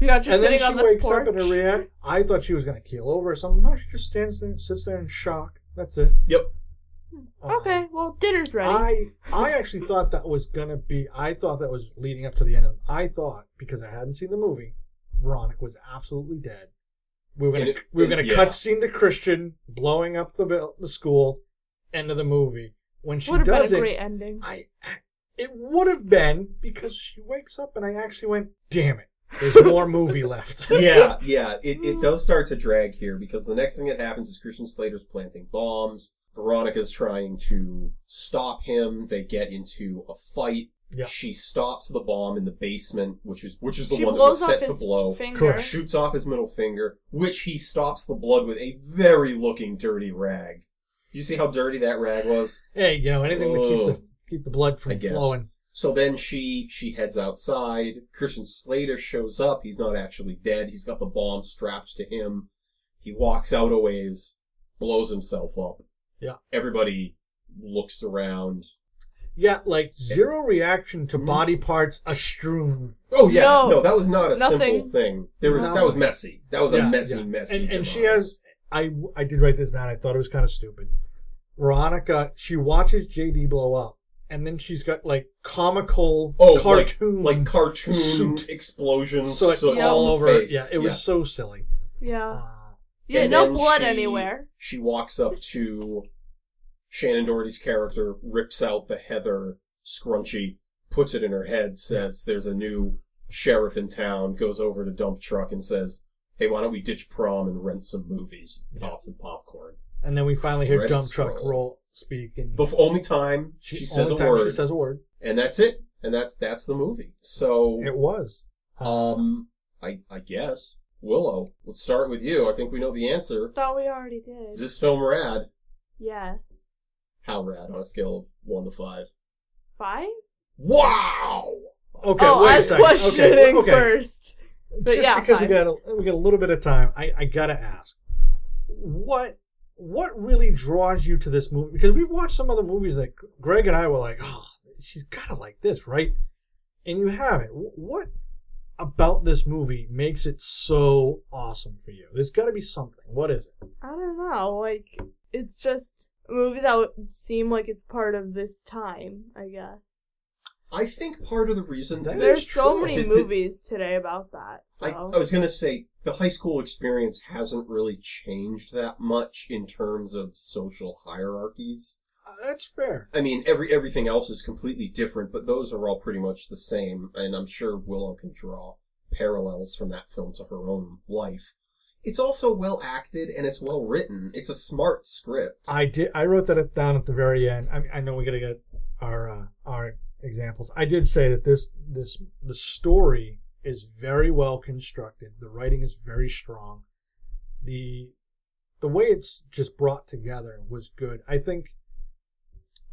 Speaker 7: You're not just
Speaker 5: and then
Speaker 7: sitting
Speaker 5: she
Speaker 7: on the
Speaker 5: wakes
Speaker 7: porch.
Speaker 5: up and her react. I thought she was going to keel over or something. No, she just stands there and sits there in shock. That's it.
Speaker 6: yep.
Speaker 5: Uh,
Speaker 7: okay, well, dinner's ready.
Speaker 5: I I actually thought that was gonna be. I thought that was leading up to the end. Of, I thought because I hadn't seen the movie, Veronica was absolutely dead. We were gonna
Speaker 6: And it-
Speaker 5: we were gonna
Speaker 6: yeah.
Speaker 5: cut scene to Christian blowing up the buil- the school. End of the movie when she
Speaker 7: Would have
Speaker 5: does
Speaker 7: been a
Speaker 5: it.
Speaker 7: great ending.
Speaker 5: I it would have been because she wakes up and I actually went, damn it, there's more movie left.
Speaker 6: Yeah, yeah. It, it does start to drag here because the next thing that happens is Christian Slater's planting bombs. Veronica's trying to stop him. They get into a fight.
Speaker 5: Yeah.
Speaker 6: She stops the bomb in the basement, which is which is the
Speaker 7: she
Speaker 6: one that
Speaker 7: blows
Speaker 6: was
Speaker 7: off
Speaker 6: set to
Speaker 7: his
Speaker 6: blow.
Speaker 7: finger.
Speaker 5: Correct.
Speaker 6: Shoots off his middle finger, which he stops the blood with a very looking dirty rag. You see how dirty that rag was?
Speaker 5: Hey, you know anything to keep the
Speaker 6: Whoa.
Speaker 5: keep the blood
Speaker 6: I
Speaker 5: from
Speaker 6: guess.
Speaker 5: flowing.
Speaker 6: So then she she heads outside. Christian Slater shows up. He's not actually dead. He's got the bomb strapped to him. He walks out a ways, blows himself up.
Speaker 5: Yeah.
Speaker 6: Everybody looks around.
Speaker 5: Yeah, like zero reaction
Speaker 6: Mm.
Speaker 5: to body parts a strewn.
Speaker 6: Oh yeah, no,
Speaker 7: No.
Speaker 6: that was not a simple
Speaker 7: Nothing.
Speaker 6: thing. There was
Speaker 5: No.
Speaker 6: that was messy. That was
Speaker 5: Yeah,
Speaker 6: a messy,
Speaker 5: yeah.
Speaker 6: messy.
Speaker 5: And, and she
Speaker 6: demise.
Speaker 5: has, I, I did write this down. I thought it was kind of stupid. Veronica, she watches JD blow up, and then she's got like comical
Speaker 6: oh
Speaker 5: cartoon,
Speaker 6: like, like cartoon
Speaker 5: suit.
Speaker 6: explosion
Speaker 5: soot
Speaker 6: soot
Speaker 5: all
Speaker 6: on the
Speaker 5: over.
Speaker 6: face.
Speaker 5: Yeah, it was so silly.
Speaker 7: Yeah.
Speaker 5: Uh,
Speaker 7: Yeah,
Speaker 6: And
Speaker 7: no
Speaker 6: then
Speaker 7: blood
Speaker 6: she-
Speaker 7: anywhere.
Speaker 6: She walks up to Shannon Doherty's character, rips out the heather scrunchie, puts it in her head, says there's a new sheriff in town, goes over to dump truck and says, Hey, why don't we ditch prom and rent some movies? Pop some popcorn.
Speaker 5: and then we finally hear
Speaker 6: Credits
Speaker 5: dump truck
Speaker 6: roll.
Speaker 5: roll speak, and
Speaker 6: The f- only time she, says a
Speaker 5: only time
Speaker 6: word.
Speaker 5: She says a word.
Speaker 6: and that's it. And that's that's the movie. So
Speaker 5: It was. Uh,
Speaker 6: um I I guess. Willow, let's start with you. I think we know the answer.
Speaker 7: Thought we already did.
Speaker 6: Is this film rad?
Speaker 7: yes.
Speaker 6: How rad on a scale of one to five?
Speaker 7: Five?
Speaker 6: Wow!
Speaker 5: Okay,
Speaker 7: oh,
Speaker 5: wait
Speaker 7: I
Speaker 5: a
Speaker 7: was
Speaker 5: second. Okay,
Speaker 7: questioning
Speaker 5: okay.
Speaker 7: first. But
Speaker 5: Just
Speaker 7: yeah,
Speaker 5: because we
Speaker 7: five.
Speaker 5: got a, we got a little bit of time, I, I gotta ask, what what really draws you to this movie? Because we've watched some other movies that Greg and I were like, oh, she's gotta like this, right? And you haven't. Wh- What about this movie makes it so awesome for you? There's got to be something. What is it?
Speaker 7: I don't know. Like, it's just a movie that would seem like it's part of this time, I guess.
Speaker 6: I think part of the reason
Speaker 5: That
Speaker 6: that
Speaker 5: is
Speaker 7: There's so
Speaker 5: true. oh,
Speaker 7: many
Speaker 6: The- the-
Speaker 7: movies today about that. So
Speaker 6: I, I was gonna say the high school experience hasn't really changed that much in terms of social hierarchies.
Speaker 5: Uh, that's fair.
Speaker 6: I mean, every everything else is completely different, but those are all pretty much the same. And I'm sure Willow can draw parallels from that film to her own life. It's also well acted and it's well written. It's a smart script.
Speaker 5: I did. I wrote that down at the very end. I, I know we gotta get our uh, our examples. I did say that this this the story is very well constructed. The writing is very strong. The the way it's just brought together was good. I think.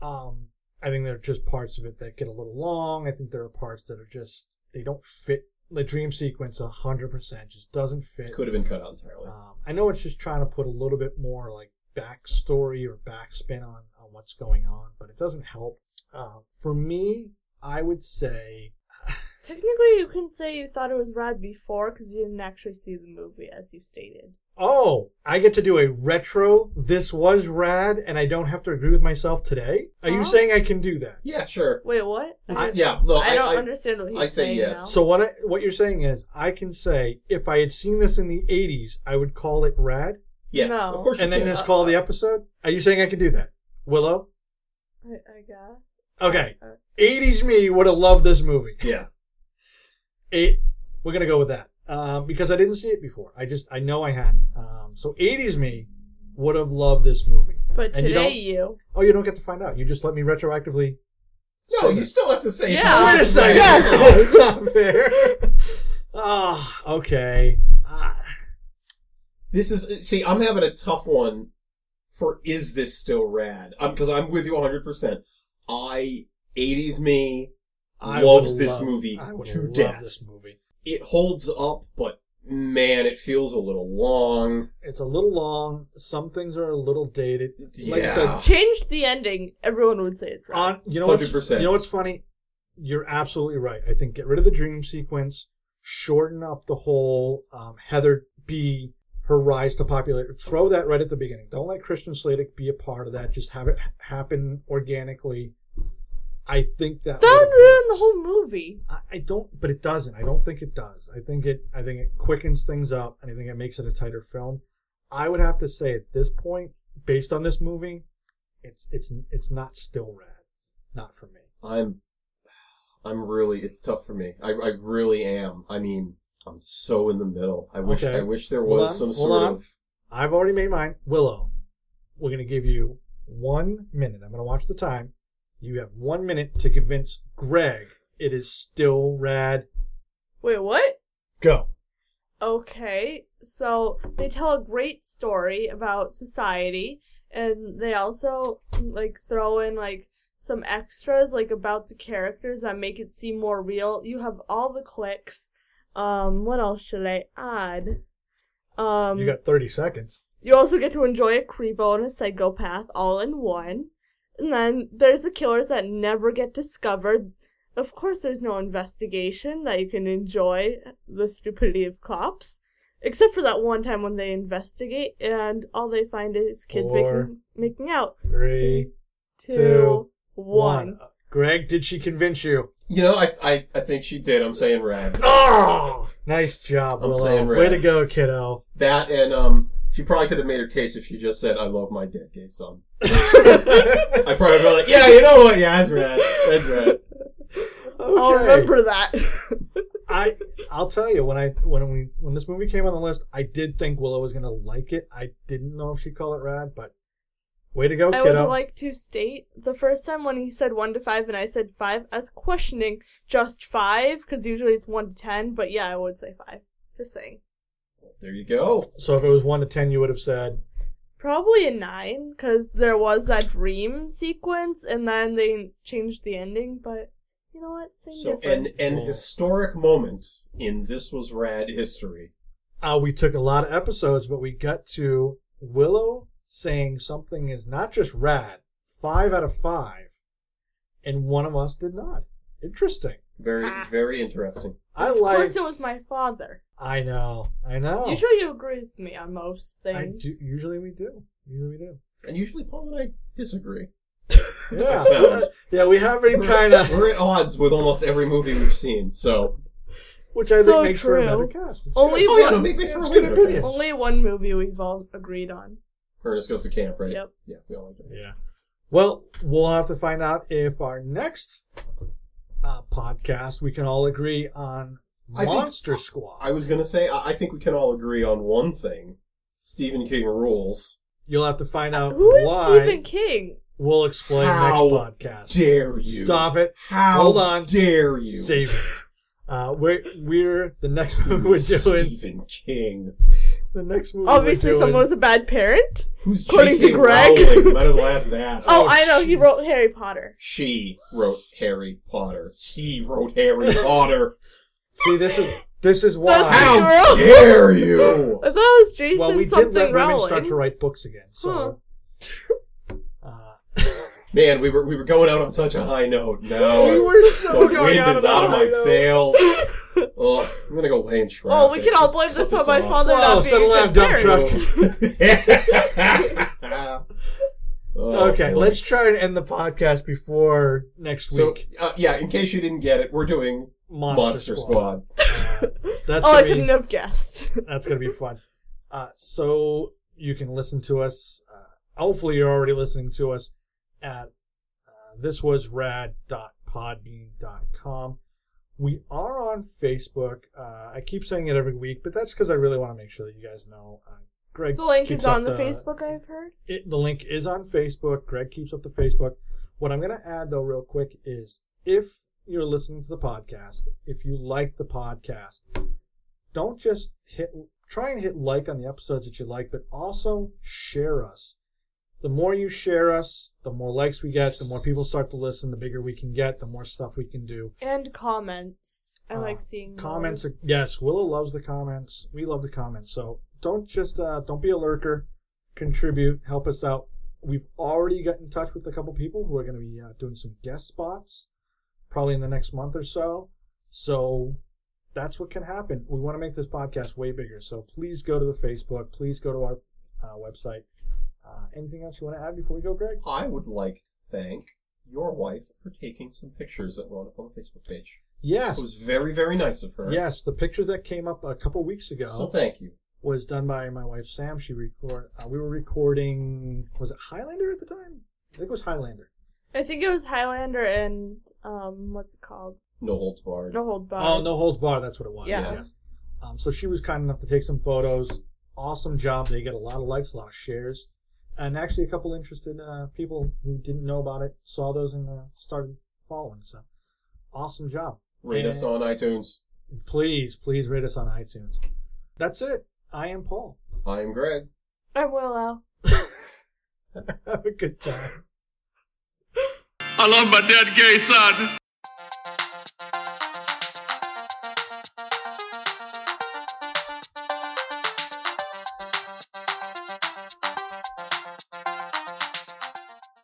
Speaker 5: Um, I think there are just parts of it that get a little long. I think there are parts that are just they don't fit. The dream sequence, hundred percent, just doesn't fit.
Speaker 6: Could have been cut out entirely.
Speaker 5: Um, I know it's just trying to put a little bit more like backstory or backspin on, on what's going on, but it doesn't help. Uh, for me, I would say
Speaker 7: Technically, you can say you thought it was rad before because you didn't actually see the movie, as you stated.
Speaker 5: Oh, I get to do a retro. This was rad, and I don't have to agree with myself today. Are you
Speaker 7: Huh?
Speaker 5: saying I can do that?
Speaker 6: Yeah, sure.
Speaker 7: Wait, what?
Speaker 6: I- yeah, no,
Speaker 7: I don't
Speaker 6: I-
Speaker 7: understand what he's
Speaker 6: I say
Speaker 7: saying.
Speaker 6: yes.
Speaker 7: now.
Speaker 5: So what? I, what you're saying is, I can say if I had seen this in the '80s, I would call it rad,
Speaker 6: Yes,
Speaker 7: No.
Speaker 6: of course. you
Speaker 5: and then
Speaker 6: can.
Speaker 5: just call the episode. Are you saying I can do that, Willow?
Speaker 7: I, I guess.
Speaker 5: Okay, '80s me would have loved this movie.
Speaker 6: Yeah.
Speaker 5: Eight. We're gonna go with that um, because I didn't see it before. I just I know I hadn't. Um, so '80s me would have loved this movie.
Speaker 7: But
Speaker 5: And you
Speaker 7: today,
Speaker 5: don't-
Speaker 7: you.
Speaker 5: Oh, you don't get to find out. You just let me retroactively.
Speaker 6: No,
Speaker 5: say
Speaker 6: you
Speaker 5: that.
Speaker 6: still have to say.
Speaker 7: Yeah.
Speaker 5: Wait a second.
Speaker 6: Yes.
Speaker 5: That's not fair. Ah, okay. Ah,
Speaker 6: This is see. I'm having a tough one for is this still rad? Because I'm with you 100. percent I 80s me.
Speaker 5: I
Speaker 6: Loved
Speaker 5: would
Speaker 6: this
Speaker 5: love-
Speaker 6: movie
Speaker 5: I would
Speaker 6: to
Speaker 5: love
Speaker 6: death.
Speaker 5: This movie.
Speaker 6: It holds up, but man, it feels a little long.
Speaker 5: It's a little long. Some things are a little dated. Like I said,
Speaker 6: Yeah.
Speaker 7: Changed the ending, everyone would say it's rad.
Speaker 5: on you know what's,
Speaker 6: 100%.
Speaker 5: you know what's funny you're absolutely right i think get rid of the dream sequence shorten up the whole um, heather be her rise to popularity throw that right at the beginning don't let christian slatic be a part of that just have it happen organically i think that
Speaker 7: that would
Speaker 5: would've
Speaker 7: ruin the
Speaker 5: worked.
Speaker 7: whole movie.
Speaker 5: I- I don't, but it doesn't. I don't think it does. I think it. I think it quickens things up, and I think it makes it a tighter film. I would have to say at this point, based on this movie, it's it's it's not still rad, not for me.
Speaker 6: I'm, I'm really. It's tough for me. I, I really am. I mean, I'm so in the middle. I wish.
Speaker 5: Okay.
Speaker 6: I wish there
Speaker 5: Hold
Speaker 6: was
Speaker 5: on,
Speaker 6: some
Speaker 5: hold
Speaker 6: sort
Speaker 5: on.
Speaker 6: of.
Speaker 5: I've already made mine. Willow, we're gonna give you one minute. I'm gonna watch the time. You have one minute to convince Greg it is still rad.
Speaker 7: Wait, what?
Speaker 5: Go.
Speaker 7: Okay, so they tell a great story about society, and they also like throw in like some extras like about the characters that make it seem more real. You have all the clicks. Um, what else should I add? Um,
Speaker 5: you got 30 seconds.
Speaker 7: You also get to enjoy a creepo and a psychopath all in one. And then there's the killers that never get discovered. Of course, there's no investigation that you can enjoy the stupidity of cops, except for that one time when they investigate and all they find is kids
Speaker 5: Four.
Speaker 7: making making out.
Speaker 5: Three,
Speaker 7: Two,
Speaker 5: Two,
Speaker 7: one.
Speaker 5: one. Greg, did she convince you?
Speaker 6: You know, I, I, I think she did. I'm saying rad.
Speaker 5: Oh, nice job,
Speaker 6: I'm
Speaker 5: Willow.
Speaker 6: saying
Speaker 5: Way
Speaker 6: red.
Speaker 5: to go, kiddo.
Speaker 6: That and um, she probably could have made her case if she just said, "I love my dead gay son." I probably been like, "Yeah, you know what? Yeah, that's rad. That's rad."
Speaker 7: I'll
Speaker 5: Okay.
Speaker 7: remember that.
Speaker 5: I I'll tell you when I when we when this movie came on the list, I did think Willow was gonna like it. I didn't know if she'd call it rad, but way to go,
Speaker 7: I would
Speaker 5: kiddo.
Speaker 7: like to state the first time when he said one to five and I said five, I was questioning just five because usually it's one to ten. But yeah, I would say five. Just saying,
Speaker 6: There you go.
Speaker 5: so if it was one to ten, you would have said
Speaker 7: probably a nine because there was that dream sequence and then they changed the ending. But you know what? Same
Speaker 6: So, an
Speaker 7: difference.
Speaker 6: an historic moment in this was rad history.
Speaker 5: uh, we took a lot of episodes, but we got to Willow saying something is not just rad, five out of five, and one of us did not. Interesting.
Speaker 6: Very very interesting.
Speaker 5: I
Speaker 7: of
Speaker 5: like. Oh.
Speaker 7: course, it was my father.
Speaker 5: I know. I know.
Speaker 7: Usually, you agree with me on most
Speaker 5: I
Speaker 7: things.
Speaker 5: do, usually we do. Usually we do.
Speaker 6: And usually Paul and I disagree.
Speaker 5: Yeah. yeah, we have been kind of.
Speaker 6: We're at odds with almost every movie we've seen. So
Speaker 5: Which I
Speaker 7: So
Speaker 5: think makes for a better
Speaker 7: true.
Speaker 5: cast. It's
Speaker 7: Only
Speaker 5: good.
Speaker 6: oh yeah,
Speaker 7: one-
Speaker 6: no, make, make for
Speaker 5: It's
Speaker 6: a
Speaker 5: good
Speaker 6: winner.
Speaker 5: opinion.
Speaker 7: Only one movie we've all agreed on.
Speaker 6: Ernest goes to camp, right?
Speaker 7: Yep.
Speaker 6: Yeah, we all like that.
Speaker 5: Yeah. Well, we'll have to find out if our next uh, podcast we can all agree on
Speaker 6: I think-
Speaker 5: Monster Squad.
Speaker 6: I was gonna say I, I think we can all agree on one thing: Stephen King rules.
Speaker 5: You'll have to find out
Speaker 7: Who is
Speaker 5: why.
Speaker 7: Stephen King?
Speaker 5: We'll explain
Speaker 6: How
Speaker 5: next podcast.
Speaker 6: Dare you?
Speaker 5: Stop it.
Speaker 6: How
Speaker 5: Hold on.
Speaker 6: Dare you?
Speaker 5: Save it. Uh, we're we're the next movie we're doing.
Speaker 6: Stephen King.
Speaker 5: The next movie.
Speaker 7: Obviously,
Speaker 5: we're doing,
Speaker 7: someone was a bad parent.
Speaker 6: Who's
Speaker 7: According
Speaker 6: J.K.
Speaker 7: to Greg.
Speaker 6: Rowling? Might as well ask that.
Speaker 7: Oh, I know. He wrote Harry Potter.
Speaker 6: She wrote Harry Potter. He wrote Harry Potter.
Speaker 5: See, this is this is
Speaker 7: How
Speaker 5: why.
Speaker 7: Girl.
Speaker 6: dare you?
Speaker 7: I thought it was Jason
Speaker 5: Well, we did
Speaker 7: something
Speaker 5: let women
Speaker 7: Rowling.
Speaker 5: start to write books again. So. Uh,
Speaker 6: Man, we were we were going out on such a high note. Now
Speaker 5: we were so
Speaker 6: the
Speaker 5: going
Speaker 6: wind
Speaker 5: out
Speaker 6: is
Speaker 5: on
Speaker 6: out
Speaker 5: a
Speaker 6: of
Speaker 5: high
Speaker 6: my
Speaker 5: note.
Speaker 6: sails. Oh, I'm gonna go lay in traffic.
Speaker 7: Oh, we can all
Speaker 6: Just
Speaker 7: blame
Speaker 6: cut
Speaker 7: this on my
Speaker 6: off.
Speaker 7: father
Speaker 5: Whoa,
Speaker 7: not being
Speaker 5: settle
Speaker 7: a
Speaker 5: down,
Speaker 7: good
Speaker 5: dump
Speaker 7: parent.
Speaker 5: truck.
Speaker 6: Oh,
Speaker 5: Okay,
Speaker 6: boy.
Speaker 5: let's try and end the podcast before next
Speaker 6: So
Speaker 5: week.
Speaker 6: uh, yeah, in case you didn't get it, we're doing
Speaker 5: Monster,
Speaker 6: Monster,
Speaker 5: Squad. Uh,
Speaker 6: Squad.
Speaker 5: That's
Speaker 7: Oh, I
Speaker 5: gonna
Speaker 7: couldn't
Speaker 5: be,
Speaker 7: have guessed.
Speaker 5: that's gonna be fun. Uh, so you can listen to us. Uh, hopefully, you're already listening to us at uh, thiswasrad.podbean.com. We are on Facebook. Uh, I keep saying it every week, but that's because I really want to make sure that you guys know. Uh, Greg,
Speaker 7: The link
Speaker 5: keeps
Speaker 7: is
Speaker 5: up
Speaker 7: on the Facebook, I've heard.
Speaker 5: it, the link is on Facebook. Greg keeps up the Facebook. What I'm going to add though, real quick, is if you're listening to the podcast, if you like the podcast, don't just hit, try and hit like on the episodes that you like, but also share us. The more you share us, the more likes we get, the more people start to listen, the bigger we can get, the more stuff we can do.
Speaker 7: And comments. I
Speaker 5: Uh,
Speaker 7: like seeing
Speaker 5: Comments,
Speaker 7: those.
Speaker 5: yes, Willow loves the comments. We love the comments. So don't just uh, don't be a lurker. Contribute, help us out. We've already got in touch with a couple people who are going to be uh, doing some guest spots, probably in the next month or so. So that's what can happen. We want to make this podcast way bigger. So please go to the Facebook. Please go to our uh, website. Uh, anything else you want to add before we go, Greg?
Speaker 6: I would like to thank your wife for taking some pictures that were up on the Facebook page. It was
Speaker 5: Yes,
Speaker 6: very, very nice of her.
Speaker 5: yes. The pictures that came up a couple weeks ago.
Speaker 6: So thank you.
Speaker 5: was done by my wife Sam. She record. Uh, we were recording. Was it Highlander at the time? I think it was Highlander.
Speaker 7: I think it was Highlander and, um, what's it called?
Speaker 6: No holds barred.
Speaker 7: No Hold Bar.
Speaker 5: oh, No Holds Bar. That's what it was.
Speaker 7: Yeah.
Speaker 5: Yes. Um, so she was kind enough to take some photos. Awesome job. They get a lot of likes, a lot of shares, and actually a couple interested uh, people who didn't know about it saw those and uh, started following. So awesome job.
Speaker 6: Rate us on iTunes.
Speaker 5: Please, please rate us on iTunes. That's it. I am Paul.
Speaker 6: I am Greg.
Speaker 7: I will, Al.
Speaker 5: Have a good time.
Speaker 8: I love my dead gay son.